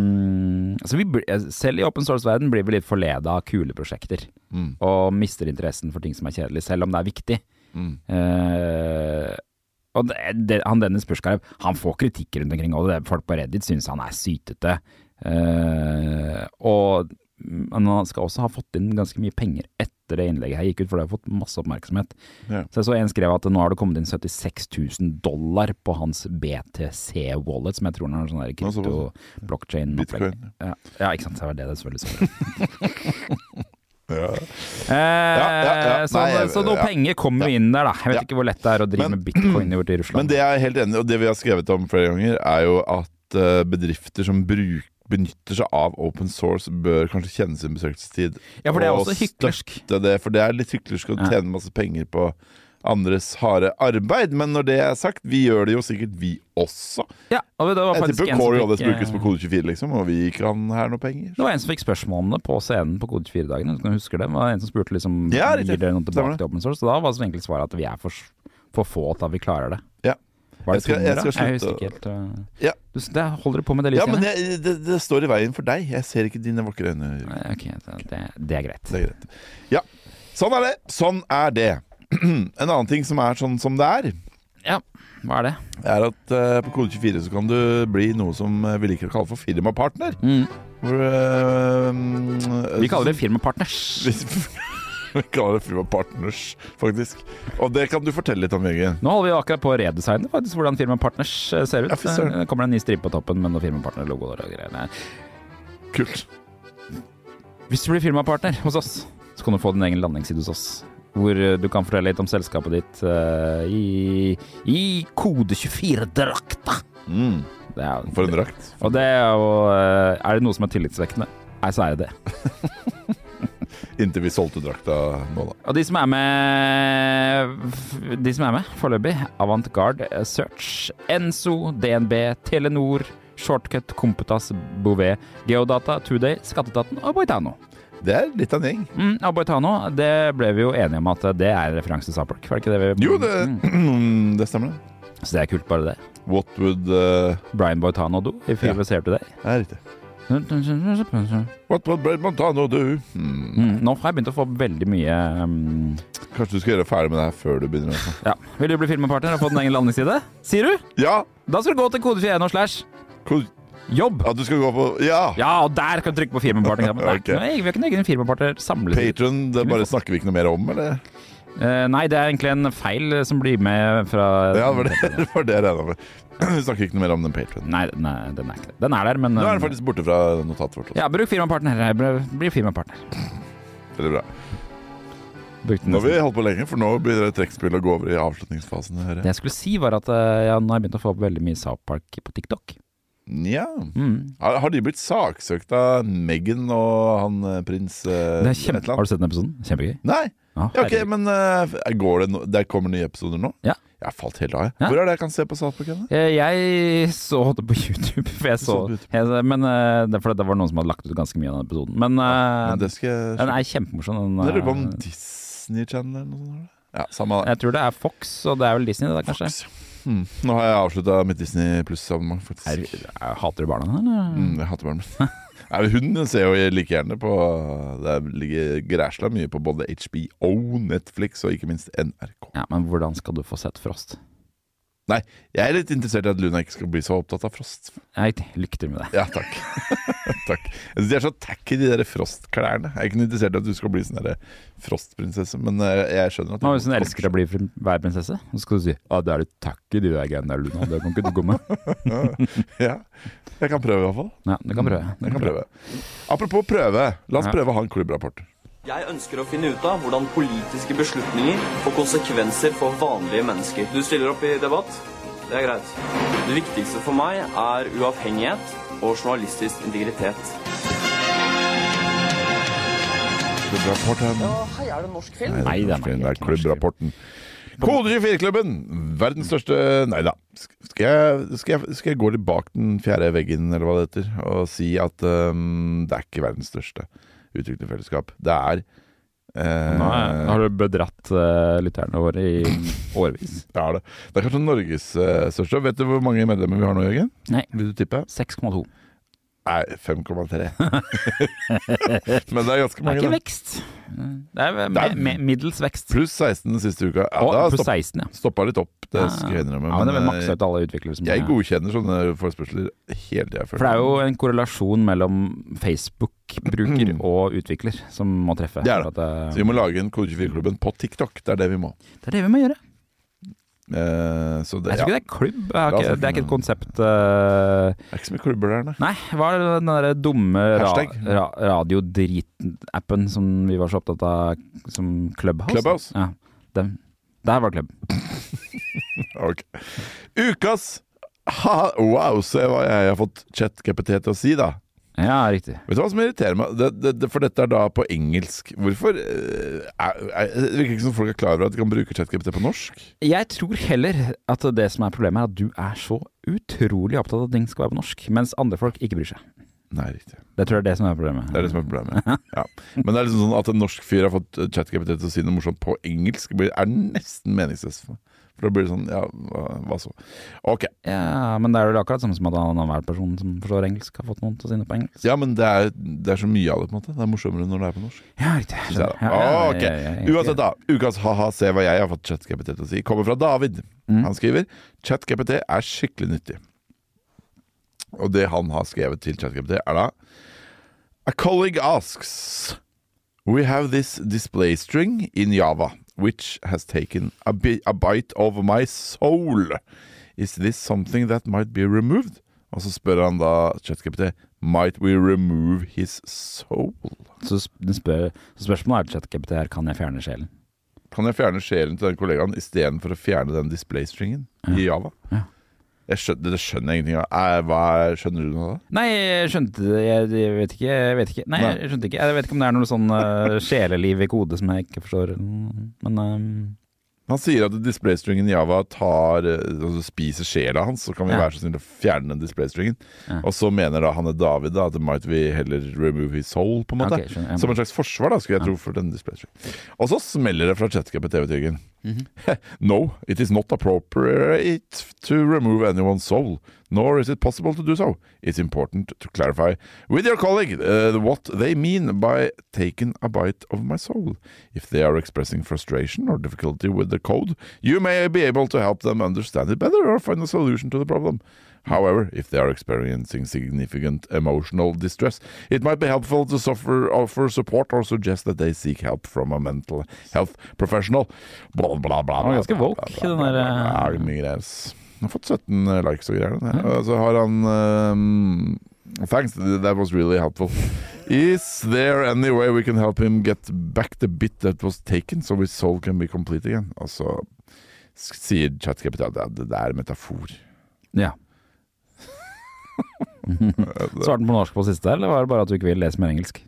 A: så vi, blir- selv i open source-verden blir vi litt forleda av kule prosjekter.
B: mm,
A: Og mister interessen for ting som er kjedelig, selv om det er viktig.
B: mm.
A: Eh, og det, det, han Dennis Pushkarev Han får kritikk rundt omkring, og det er folk på Reddit syns han er sytete. Eh, og men han skal også ha fått inn ganske mye penger etter det innlegget her gikk ut, for det har fått masse oppmerksomhet.
B: Ja.
A: Så jeg så en skrev at nå har det kommet inn 76 000 dollar på hans BTC-wallet, som jeg tror han har sånn der
B: Ja, såpass.
A: krypto-blockchain-opplegg.
B: Bitcoin.
A: Ja, ja, ikke sant. Det var det det selvfølgelig så
B: [laughs] Ja.
A: Eh,
B: ja, ja.
A: Så,
B: Nei, jeg-
A: så noe
B: ja.
A: penger kommer jo inn der, da. Jeg vet
B: Ja.
A: ikke hvor lett det er å drive
B: Men-
A: med bitcoin i Russland.
B: Men det jeg er helt enig i, og det vi har skrevet om flere ganger, er jo at eh, bedrifter som bruk, benytter seg av open source, bør kanskje kjenne sin besøkelsestid.
A: Ja, for det er
B: og
A: også hyklersk.
B: støtte Det, for det er litt hyklersk å
A: Ja.
B: tjene masse penger på andres harde arbeid. Men når det er sagt, vi gjør det jo sikkert, vi også.
A: Ja, og det var
B: Jeg
A: faktisk
B: tipper
A: en som
B: Core
A: fikk,
B: Jodes brukes
A: eh,
B: på Kode 24, liksom, og vi kan her noe penger.
A: Det var en som fikk spørsmål om det på scenen på Kode 24-dagen. Jeg husker det, det var en som spurte liksom,
B: Ja, riktig.
A: gir dere noe
B: Stemmer
A: tilbake
B: det.
A: til open source. Og da var så egentlig svaret at vi er for, for få til at vi klarer det.
B: Ja.
A: Var det
B: Jeg skal- jeg
A: 200, da?
B: skal
A: Jeg husker
B: slutte
A: ikke helt. eh,
B: Ja.
A: Du, s- det holder du på med det
B: Ja,
A: lyset?
B: men jeg, det, det står i veien for deg. Jeg ser ikke dine vakre øyne. Jørgen.
A: Eh, Ok, det- det, det er greit.
B: Det er greit. Ja, sånn er det. Sånn er det. [clears throat] En annen ting som er sånn som det er,
A: Ja, hva er det?
B: er at eh, på kode 24 så kan du bli noe som eh, vi liker å kalle for firmapartner. Hvor, eh, mm,
A: Mm. Vi kaller det firmapartners.
B: vi, [laughs] vi kaller det firmapartners, faktisk. Og det kan du fortelle litt om, Jørgen.
A: Nå holder vi jo akkurat på å redesigne faktisk hvordan firmapartners eh, ser ut.
B: Ja, fy søren.
A: Eh, kommer det en ny stripe på toppen med noen firmapartner-logo og greier. Nei.
B: Kult.
A: Hvis du blir firmapartner hos oss, så kan du få din egen landingsside hos oss. Hvor eh, du kan fortelle litt om selskapet ditt eh, i, i kode 24-drakta.
B: Mm,
A: Det er jo-
B: for en drakt.
A: Og det er jo eh, Er det noe som er tillitsvekkende? Nei, så er det det.
B: Inntil vi solgte drakta nå, da.
A: Og de som er med De som er med foreløpig, Avantgarde eh, Search, Enso, DNB, Telenor, Shortcut, Kompetas, Bouvet, Geodata, Today, Skatteetaten og Boitano.
B: Det er litt av en gjeng.
A: Mm, Aboitano, det ble vi jo enige om at det er en referanse til South Park. Var det ikke det vi
B: Jo, det,
A: Mm.
B: det [clears throat] stemmer, det.
A: Så det er kult, bare det.
B: What would eh,
A: Brian Boitano do, if
B: Ja.
A: you was here today.
B: er riktig.
A: Mm,
B: What would Brad Montano do? Hmm.
A: nå har jeg begynt å få veldig mye um,
B: Kanskje du skal gjøre ferdig med det her før du begynner? altså. Også.
A: Ja. Vil du bli filmpartner og få din egen landingsside? Sier du?
B: Ja!
A: Da skal du gå til kode 21 og slash
B: Kos-
A: jobb.
B: At du skal gå på Ja!
A: Ja, og der kan du trykke på firmapartner.
B: [laughs]
A: Nei,
B: Ok.
A: nei, vi har ikke en egen firmapartner samlet.
B: Patron, det bare snakker vi ikke noe mer om, eller?
A: Eh, nei, det er egentlig en feil eh, som blir med fra
B: Ja, det var det, [laughs] det, var det jeg regna med. [clears throat] Vi snakker ikke noe mer om den patronen.
A: Nei, nei, den er ikke det. Den er der, men eh,
B: Nå er den faktisk borte fra notatet vårt. også.
A: Ja, bruk firmapartner. Jeg ble- Blir firmapartner.
B: Veldig bra.
A: Bruk den
B: Nå har vi
A: nesten.
B: holdt på lenge, for nå begynner trekkspillet å gå over i avslutningsfasen. Her.
A: Det jeg skulle si, var at eh, ja, nå har jeg begynt å få opp veldig mye South Park på TikTok.
B: Nja
A: Mm.
B: Har har de blitt saksøkt av Meghan og han eh, prins eh,
A: Det er
B: et
A: kjempe...
B: eller
A: Har
B: annet?
A: du sett den episoden? Kjempegøy.
B: Nei!
A: Ja,
B: Ja, ok,
A: herregud.
B: men eh, går det no der kommer nye episoder nå?
A: Ja.
B: Jeg har falt helt av. jeg.
A: Ja.
B: Hvor er det jeg kan se på Saltbakken?
A: Eh, Jeg så det på [laughs] YouTube, for jeg så,
B: så det
A: jeg, men eh, det, er fordi det var noen som hadde lagt ut ganske mye av den episoden. Men, eh,
B: Men det skal jeg
A: den er kjempemorsom. Den,
B: Jeg lurer på om
A: eh,
B: Disney Channel eller noe sånt. er det? Ja, samme det.
A: jeg tror det er Fox, og det er vel Disney, da, kanskje.
B: Fox. Hmm. Nå har jeg avslutta mitt Disney pluss-abonnement,
A: Er,
B: faktisk.
A: er- hater du barna dine, eller?
B: Mm, jeg hater
A: [laughs]
B: barnet mitt. Nei, Hun ser jo like gjerne på Det ligger græsla mye på både HBO, Netflix og ikke minst NRK.
A: Ja, men hvordan skal du få sett Frost?
B: Nei, jeg er litt interessert i at Luna ikke skal bli så opptatt av Frost.
A: Jeg lykter med det.
B: Ja, takk. [laughs] takk. Jeg synes De er så tacky, de der Frost-klærne. Jeg er ikke noe interessert i at du skal bli sånn der Frost-prinsesse, men eh, jeg skjønner at
A: Nå, hvis hun elsker å bli fri- være prinsesse, så skal du si Ja, det er litt tacky, de der greiene der, Luna. Det kan ikke du gå med.
B: [laughs]
A: [laughs]
B: Ja, jeg kan prøve i hvert fall.
A: Ja, du kan prøve.
B: Jeg kan prøve. Apropos prøve, la oss
A: Ja.
B: prøve å ha en klubbrapport.
C: Jeg ønsker å finne ut av hvordan politiske beslutninger får konsekvenser for vanlige mennesker. Du stiller opp i debatt. Det er greit. Det viktigste for meg er uavhengighet og journalistisk integritet.
B: Klubbrapporten.
D: Hei, er det norsk film?
A: Nei,
B: det
A: det
B: er,
A: er
B: det
A: meg.
B: er klubbrapporten. Kode 24-klubben, verdens største Nei da. Skal jeg, skal, jeg, skal jeg gå litt bak den fjerde veggen, eller hva det heter, og si at øhm, det er ikke verdens største utviklerfellesskap. Det er eh,
A: Nå er- har du bedratt eh, lytterne våre [clears throat] i årevis.
B: det er det. Det er kanskje Norges eh, største. Vet du hvor mange medlemmer vi har nå, Jørgen?
A: Nei.
B: Vil du tippe?
A: 6,2.
B: Nei, 5,3.
A: [laughs]
B: [laughs] Men det er ganske
A: Det er
B: mange.
A: ikke
B: da.
A: vekst. Det er
B: Det er-
A: me- me- middels vekst.
B: Pluss 16 den siste uka. Ja,
A: Og
B: det har
A: pluss
B: stopp,
A: 16, ja.
B: stoppa litt opp, det
A: Ja,
B: skal jeg innrømme.
A: Ja, men det vil
B: eh,
A: makse ut alle utviklere som
B: Jeg godkjenner sånne forespørsler hele tida.
A: For det er jo en korrelasjon mellom Facebook-bruker og utvikler som må treffe.
B: Mm. Det er
A: For at eh,
B: Så vi må lage en Kode 24-klubben på TikTok. Det er det vi må.
A: det er det vi må gjøre.
B: Eh, så det,
A: Jeg
B: ja.
A: tror ikke det er klubb. Jeg har
B: Ja,
A: ikke, det er ikke et konsept eh,
B: det er ikke så mye klubber der, nei.
A: Nei, hva er den der dumme ra
B: Hashtag.
A: ra radiodritappen som vi var så opptatt av som Clubhouse?
B: Clubhouse.
A: Ja, den. Der var klubb.
B: Ok. Ukas ha, Wow, se hva jeg har fått ChatGPT til å si, da.
A: Ja, riktig.
B: Vet du hva som irriterer meg? Det, det, det, for dette er da på engelsk. Hvorfor eh, er, er, Det virker ikke som folk er klar over at de kan bruke ChatGPT på norsk.
A: Jeg tror heller at det som er problemet, er at du er så utrolig opptatt av at ting skal være på norsk, mens andre folk ikke bryr seg.
B: Nei, riktig.
A: Det tror jeg er det som er problemet.
B: Det er det som er problemet. Ja. Men det er liksom sånn at en norsk fyr har fått ChatGPT til å si noe morsomt på engelsk, blir- er nesten meningsløst. For for da blir det sånn Ja, hva, hva så? Ok.
A: Ja, men det er jo akkurat samme som at en annen person som forstår engelsk, har fått noen til å si noe på engelsk.
B: Ja, men det er, det er så mye av det, på en måte. Det er morsommere når det er på norsk.
A: Ja, riktig.
B: synes jeg da. Ah, ok, Uansett, da. Ukas ha-ha, se hva jeg har fått ChatGPT til å si, kommer fra David.
A: Mm.
B: Han skriver ChatGPT er skikkelig nyttig. Og det han har skrevet til ChatGPT, er da A colleague asks We have this display string in Java, which has taken a, bi a bite of my soul. Is this something that might be removed? Og så spør han da ChatGPT Might we remove his soul?
A: Så, sp- den spør, så spørsmålet er til ChatGPT her, kan jeg fjerne sjelen?
B: Kan jeg fjerne sjelen til den kollegaen istedenfor å fjerne den displaystringen i Java?
A: Ja.
B: Jeg skjønner, det skjønner jeg ingenting av. Er, hva er, skjønner du noe av det?
A: Nei, jeg skjønte det jeg, jeg vet ikke. Jeg vet ikke. Nei,
B: Nei. [laughs]
A: jeg skjønte ikke. Jeg vet ikke om det er noe sånn eh, sjeleliv i kode som jeg ikke forstår. eller noe, Men
B: Han sier at displaystringen i Java tar, eh, altså spiser sjela hans, så kan vi
A: Ja.
B: være så snille å fjerne den displaystringen.
A: Ja.
B: Og så mener da han er David da, at might we heller remove his soul, på en måte.
A: Ok, skjønner, ja.
B: Som en slags forsvar, da, skulle jeg tro, for den displaystringen. Og så smeller det fra chatcapet TV-tyggen. No, it is not appropriate to remove anyone's soul, nor is it possible to do so. It's important to clarify with your colleague uh, what they mean by taken a bite of my soul. If they are expressing frustration or difficulty with the code, you may be able to help them understand it better or find a solution to the problem. However, if they are experiencing significant emotional distress, it might be helpful to suffer, offer support or suggest that they seek help from a mental health professional. Bla, bla, bla.
A: Han var ganske woke, den der, eh,
B: Ja, det er mye greier. ass. Han har fått 17 likes og greier. den her. Og så har han ehm, Thanks, that was really helpful. Is there any way we can help him get back the bit that was taken, so his soul can be complete again? Og så s- sier ChatGPT at det det er en metafor.
A: Ja. Svarte den på norsk på siste, eller var det bare at du ikke vil lese mer engelsk?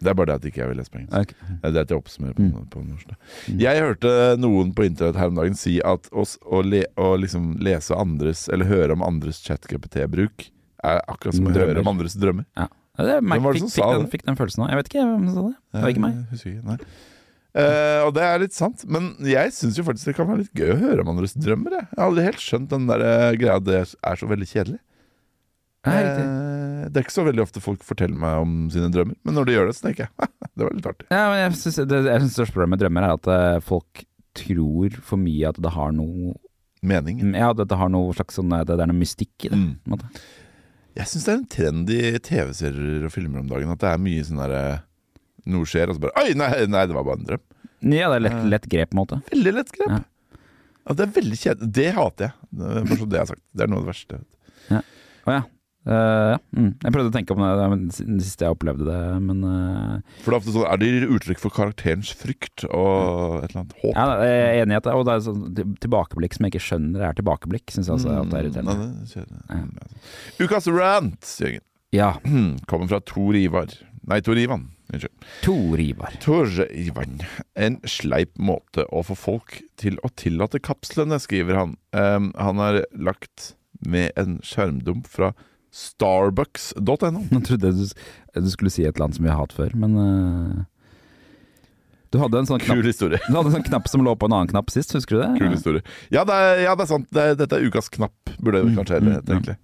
B: Det er bare det at ikke jeg vil lese på engelsk.
A: Ok.
B: Det er det at jeg oppsummerer på,
A: Mm.
B: på norsk. da. Jeg hørte noen på internett her om dagen si at å, s- å, le, å liksom lese andres, eller høre om andres chat-GPT-bruk, er akkurat som å
A: Drømmer.
B: høre om andres drømmer.
A: Ja. Ja, Det,
B: Hvem var det
A: fikk,
B: som sa
A: fikk, den,
B: det?
A: fikk den følelsen òg. Jeg vet ikke hvem som sa det. Det var ikke meg.
B: Jeg husker ikke, nei. Eh, og det er litt sant, men jeg syns jo faktisk det kan være litt gøy å høre om andres drømmer. Jeg, jeg har aldri helt skjønt den der eh, greia at det er så veldig kjedelig.
A: Nei, riktig.
B: Eh, det er ikke så veldig ofte folk forteller meg om sine drømmer, men når de gjør det, så tenker jeg [laughs] det var litt artig.
A: Ja, men jeg syns det, jeg synes det største problemet med drømmer er at eh, folk tror for mye at det har noe mm,
B: Mening.
A: Ja, at det har noe slags sånn eh, Det det er noe mystikk i det.
B: Mm.
A: på en måte.
B: Jeg syns det er en trend i TV-serier og filmer om dagen at det er mye sånn derre Noe skjer, og så bare Oi, nei, nei, det var bare en drøm.
A: Ja, det er lett, lett grep, på en måte.
B: Veldig lett grep.
A: Ja.
B: Ja, det er veldig kjedelig. Det hater jeg. Det er Bare så det jeg har sagt. Det er noe av det verste.
A: Å ja. Eh, ja. mm. Jeg prøvde å tenke om det, det er men siden sist jeg opplevde det, men eh,
B: For det er ofte sånn Er det gir uttrykk for karakterens frykt og et eller annet håp?
A: ja, Jeg er enig i at det, og det er sånn til- tilbakeblikk som jeg ikke skjønner er tilbakeblikk, syns jeg altså at det er irriterende.
B: Nei, Mm. det er kjedelig. Mm, altså. Ukas rant, Jørgen, [clears throat]
A: Ja.
B: Hmm, kommer fra Tor Ivar. Nei, Tor Ivan. Unnskyld.
A: Tor Ivar. [laughs]
B: Torje Ivan. En sleip måte å få folk til å tillate kapslene, skriver han. Ehm, han har lagt med en skjermdump fra starbucks.no.
A: Nå trodde jeg du, s- du skulle si et eller annet som vi har hatt før, men eh, Du hadde en sånn knapp
B: Kul historie.
A: Du hadde en sånn knapp som lå på en annen knapp sist, husker du det?
B: Kul historie. Ja, det er, ja, det er sant. Det er, dette er ukas knapp, burde det kanskje heller hete,
A: mm,
B: egentlig.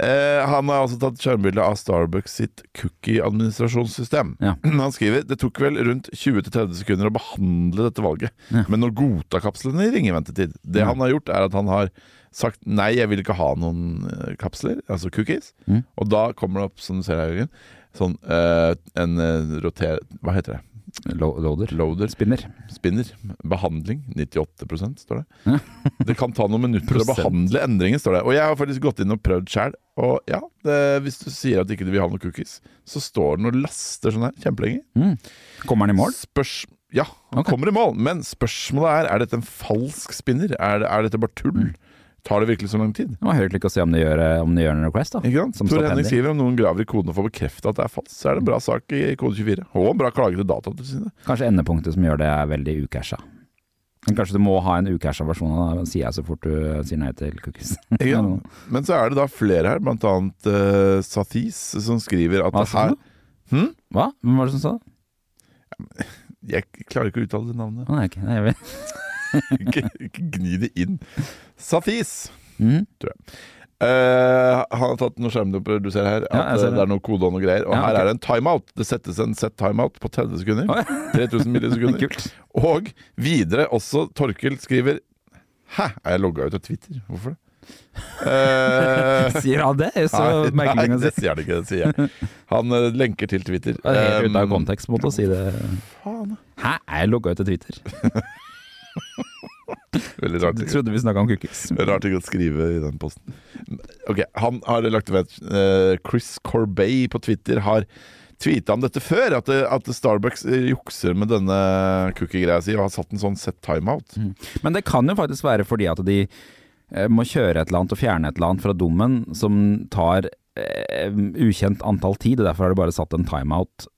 B: Eh, han har også tatt skjermbilde av Starbucks sitt cookie-administrasjonssystem.
A: Ja.
B: [clears throat] Han skriver det tok vel rundt 20-30 sekunder å behandle dette valget,
A: Ja.
B: men nå godta kapslene i ringe ventetid. Det
A: Ja.
B: han har gjort, er at han har sagt nei, jeg vil ikke ha noen eh, kapsler, altså cookies.
A: Mm.
B: Og da kommer det opp, som du ser her, Jørgen, sånn eh, en eh, roter... Hva heter det?
A: Lo- Loader.
B: Loader
A: Spinner.
B: spinner. Behandling 98 står det. [laughs] Det kan ta noen minutter å
A: Prosent.
B: behandle endringer, står det. Og jeg har faktisk gått inn og prøvd sjøl. Og ja, det, hvis du sier at ikke du vil ha noen cookies, så står den og laster sånn her kjempelenge.
A: Mm. Kommer han i mål?
B: Spørs... Ja, han
A: Ok.
B: kommer i mål. Men spørsmålet er er dette en falsk spinner. Er, det, er dette bare tull? Tar det virkelig så lang tid?
A: Det var høyt lykke å se om de gjør, eh, om de gjør en request, da.
B: Ikke sant?
A: Som
B: Tor
A: stipendie.
B: Henning skriver om noen graver i koden og får bekrefta at det er falskt, så er det en bra sak i kode 24. Og en bra klage til Datatilsynet.
A: Kanskje endepunktet som gjør det er veldig ucasha. Men kanskje du må ha en ucasha versjon av det, sier jeg så fort du eh, sier nei til cookies.
B: Ikke sant? Men så er det da flere her, blant annet eh, Sathis, som skriver at
A: Hva
B: det
A: sa
B: her Hm?
A: du? Hva? Hvem var det som sa det?
B: Jeg klarer ikke å uttale det
A: [laughs]
B: navnet.
A: Å, nei, ok. Nei, jeg vet.
B: ikke, ikke gni det inn. Sathis.
A: Mhm.
B: Eh, han har tatt noen skjermdumper, du ser her. At
A: Ja, jeg ser
B: eh,
A: det.
B: det er noe kode og noe greier. Og
A: Ja,
B: her
A: ok.
B: er det en timeout. Det settes en set timeout på 30 sekunder.
A: Å,
B: [laughs] 3000
A: ja.
B: millisekunder.
A: Kult.
B: og videre også Torkil skriver Hæ, er jeg logga ut av Twitter? Hvorfor det?
A: [laughs]
B: Eh,
A: Sier han det? Så
B: nei,
A: merkelig
B: nei,
A: å si.
B: det sier han ikke. Det sier jeg. Han eh, lenker til Twitter.
A: Det er Helt ute av
B: Eh,
A: kontekst, på en måte, å si det.
B: faen,
A: Hæ, er jeg logga ut av Twitter?
B: Veldig rart.
A: Du trodde vi snakka om cookies.
B: Rart ikke å skrive i den posten. Ok, Han har lagt ved eh, Chris Corbey på Twitter har tweeta om dette før. At, det, at Starbucks eh, jukser med denne cookie-greia si og har satt en sånn set timeout.
A: Men det kan jo faktisk være fordi at de eh, må kjøre et eller annet og fjerne et eller annet fra dommen som tar eh, ukjent antall tid, og derfor har de bare satt en timeout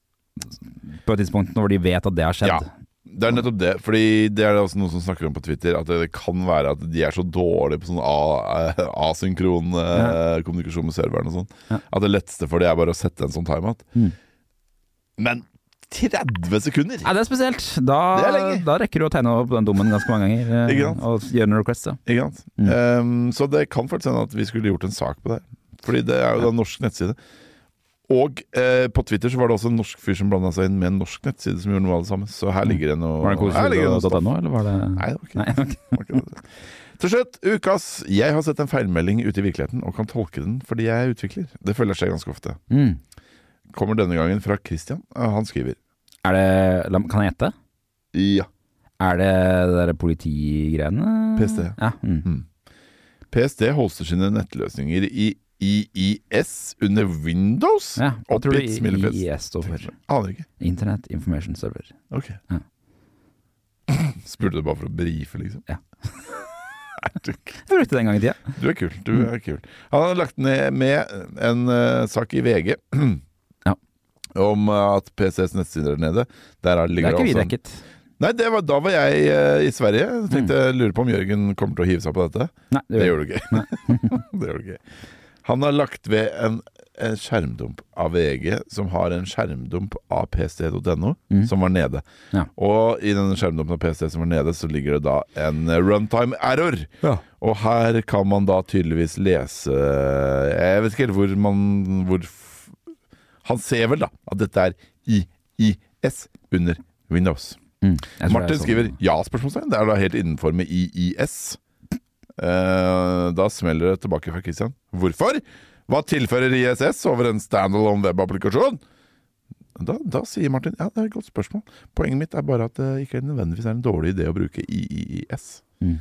A: på et tidspunkt når de vet at det har skjedd.
B: Ja. Det er nettopp det. Fordi det er det også noen som snakker om på Twitter, at det kan være at de er så dårlige på sånn a- eh, asynkron eh, kommunikasjon med serveren og sånn,
A: Ja. Mm.
B: at det letteste for det er bare å sette en sånn timeout. Men 30 sekunder!
A: Nei, det er spesielt. Da,
B: Det er lenge.
A: da rekker du å tegne opp den dommen ganske mange ganger eh,
B: Ikke sant?
A: og gjøre en request. Ja.
B: Ikke sant?
A: Mm.
B: Ehm, så det kan faktisk hende at vi skulle gjort en sak på det. her. Fordi det er jo da en norsk nettside. Og eh, på Twitter så var det også en norsk fyr som blanda seg inn med en norsk nettside som gjorde noe av det samme. Så her ligger det noe
A: Mm. Var det
B: her ligger det noe stoff.
A: koselig.no, eller var det
B: Nei, det var ikke det.
A: [laughs]
B: Det var ikke det. Til slutt, ukas Jeg har sett en feilmelding ute i virkeligheten og kan tolke den fordi jeg er utvikler. Det føler seg ganske ofte.
A: Mm.
B: Kommer denne gangen fra Christian. og Han skriver
A: Er det la- Kan jeg gjette?
B: Ja.
A: Er det det der politigreiene?
B: PST.
A: Ja. Mm.
B: hm. PST hoster sine nettløsninger i IIS under Windows.
A: ja. Hva tror du
B: Oppgitt smilefjes.
A: IIS står for?
B: Aner ikke.
A: Internet Information Server.
B: Ok.
A: Ja.
B: [clears throat] Spurte du bare for å brife, liksom?
A: Ja.
B: Er du k-
A: Jeg brukte det en gang i tida.
B: Du er kul. Du er kul. Han har lagt ned med en eh, sak i VG
A: Ja.
B: om eh, at PCs nettsider er nede. Der er,
A: Det
B: ligger
A: er ikke
B: også
A: vi
B: en-
A: dekket.
B: Nei, det var, da var jeg eh, i Sverige. Jeg tenkte jeg lurer på om Jørgen kommer til å hive seg på dette.
A: Nei, det
B: Det
A: gjør vi.
B: gjør du ikke. [laughs] det gjør du ikke. Han har lagt ved en, en skjermdump av VG, som har en skjermdump av pst.no, som var nede.
A: Mm. Ja.
B: Og i denne skjermdumpen av pst. som var nede, så ligger det da en eh, runtime error.
A: Ja.
B: Og her kan man da tydeligvis lese Jeg vet ikke helt hvor man hvor, f- Han ser vel da at dette er IIS under Windows.
A: Mm. Jeg tror jeg
B: Martin
A: så
B: skriver
A: den.
B: ja, spørsmålstegn. Det er da helt innenfor med IIS. Eh, da smeller det tilbake fra Christian. Hvorfor? Hva tilfører ISS over en standalone webapplikasjon? Da, da sier Martin ja, det er et godt spørsmål. Poenget mitt er bare at det ikke nødvendigvis er en dårlig idé å bruke IIS.
A: Mm.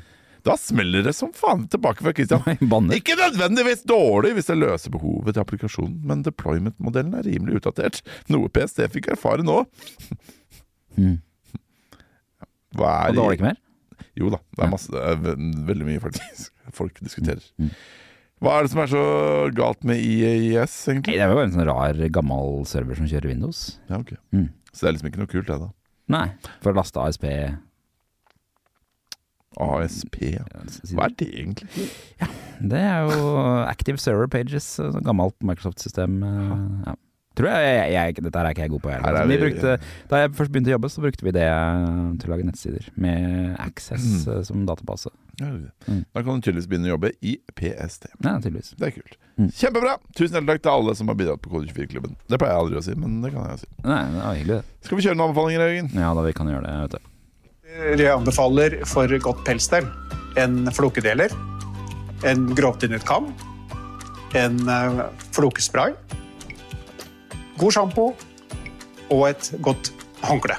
B: Da smeller det som faen tilbake fra Christian.
A: Nei, [laughs] banner.
B: Ikke nødvendigvis dårlig hvis det løser behovet til applikasjonen, men deployment-modellen er rimelig utdatert, noe PST fikk erfare nå.
A: Mm.
B: Hva
A: Og
B: er
A: da var det ikke mer?
B: Jo da, det er,
A: Ja.
B: masse, det er ve- veldig mye faktisk folk diskuterer.
A: Mm.
B: Hva er det som er så galt med IEIS,
A: Nei,
B: egentlig?
A: det er jo bare en sånn rar, gammel server som kjører Windows.
B: Ja, ok.
A: Mm.
B: Så det er liksom ikke noe kult, det, da.
A: Nei, for å laste ASP.
B: ASP, ja. Hva er det egentlig?
A: Det er jo Active Server Pages, sånn gammelt Microsoft-system. eh, Ja. Tror jeg, jeg, jeg Dette her er ikke jeg god på. Jeg.
B: Her er
A: vi
B: vi-
A: brukte, da jeg først begynte å jobbe, så brukte vi det eh, til å lage nettsider. Med Access
B: Mm.
A: eh, som database.
B: Ja, det er det.
A: Mm.
B: Da kan du tydeligvis begynne å jobbe i PST.
A: Ja, tydeligvis.
B: Det er kult.
A: Mm.
B: Kjempebra! Tusen hjertelig takk til alle som har bidratt på Kode24-klubben. Det pleier jeg aldri å si, men det kan jeg si.
A: Nei, det var hyggelig, det.
B: Skal vi kjøre noen anbefalinger, Jørgen?
A: Ja, da vi kan gjøre det, vet du.
D: Jeg anbefaler for godt pelsstell en flokedeler, en grovtynnet kam, en eh, flokespray, god sjampo og et godt håndkle.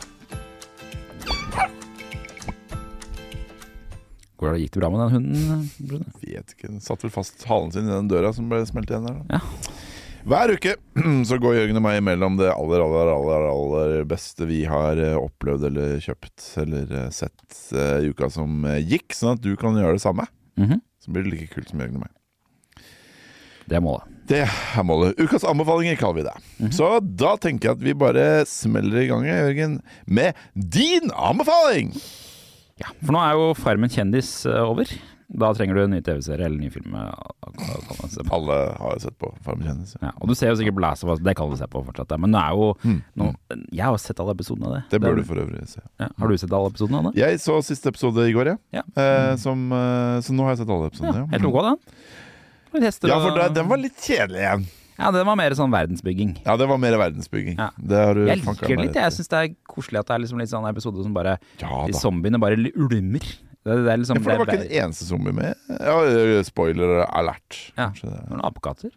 A: Går det, gikk det bra med den hunden? eh, Brune?
B: Vet ikke, den satt vel fast halen sin i den døra som ble smelt igjen der. da.
A: Ja.
B: Hver uke [clears throat] så går Jørgen og meg imellom det aller, aller, aller, aller beste vi har eh, opplevd eller kjøpt eller eh, sett eh, i uka som eh, gikk, sånn at du kan gjøre det samme.
A: Mhm.
B: Så blir det like kult som Jørgen og meg.
A: Det er målet.
B: Det er målet. Ukas anbefalinger kaller vi det. Så da tenker jeg at vi bare smeller i gang, Jørgen, med din anbefaling!
A: Ja, For nå er jo Farmen kjendis eh, over. Da trenger du en ny TV-serie eller en ny film. eh, å- å- å- å se på.
B: Alle har jo sett på Farmen kjendis.
A: Ja, og du ser jo sikkert på Last of Us, det kan du se på fortsatt. ja. Men det er jo nå, Jeg har jo sett alle episodene av det.
B: Mm. Det bør du
A: Det-
B: for øvrig se.
A: Ja. Har du sett alle episodene av det?
B: Jeg så siste episode i går, ja.
A: Ja.
B: Eh, som, eh, så nå har jeg sett alle episodene.
A: Helt OK, den. Litt hester
B: Ja,
A: og-
B: for det, den var litt kjedelig igjen.
A: Ja, den var mer sånn verdensbygging.
B: Ja, det var mer verdensbygging.
A: Ja.
B: Det har du
A: Jeg
B: fanka
A: liker det
B: meg
A: litt. Jeg syns det er koselig at det er liksom litt sånn episode som bare
B: Ja
A: De
B: da.
A: zombiene bare ulmer. Det, det er liksom
B: Ja, for det var ikke
A: er-
B: en eneste zombie med. Ja, eh, spoiler alert.
A: Ja.
B: Kanskje det.
A: Noen apekatter.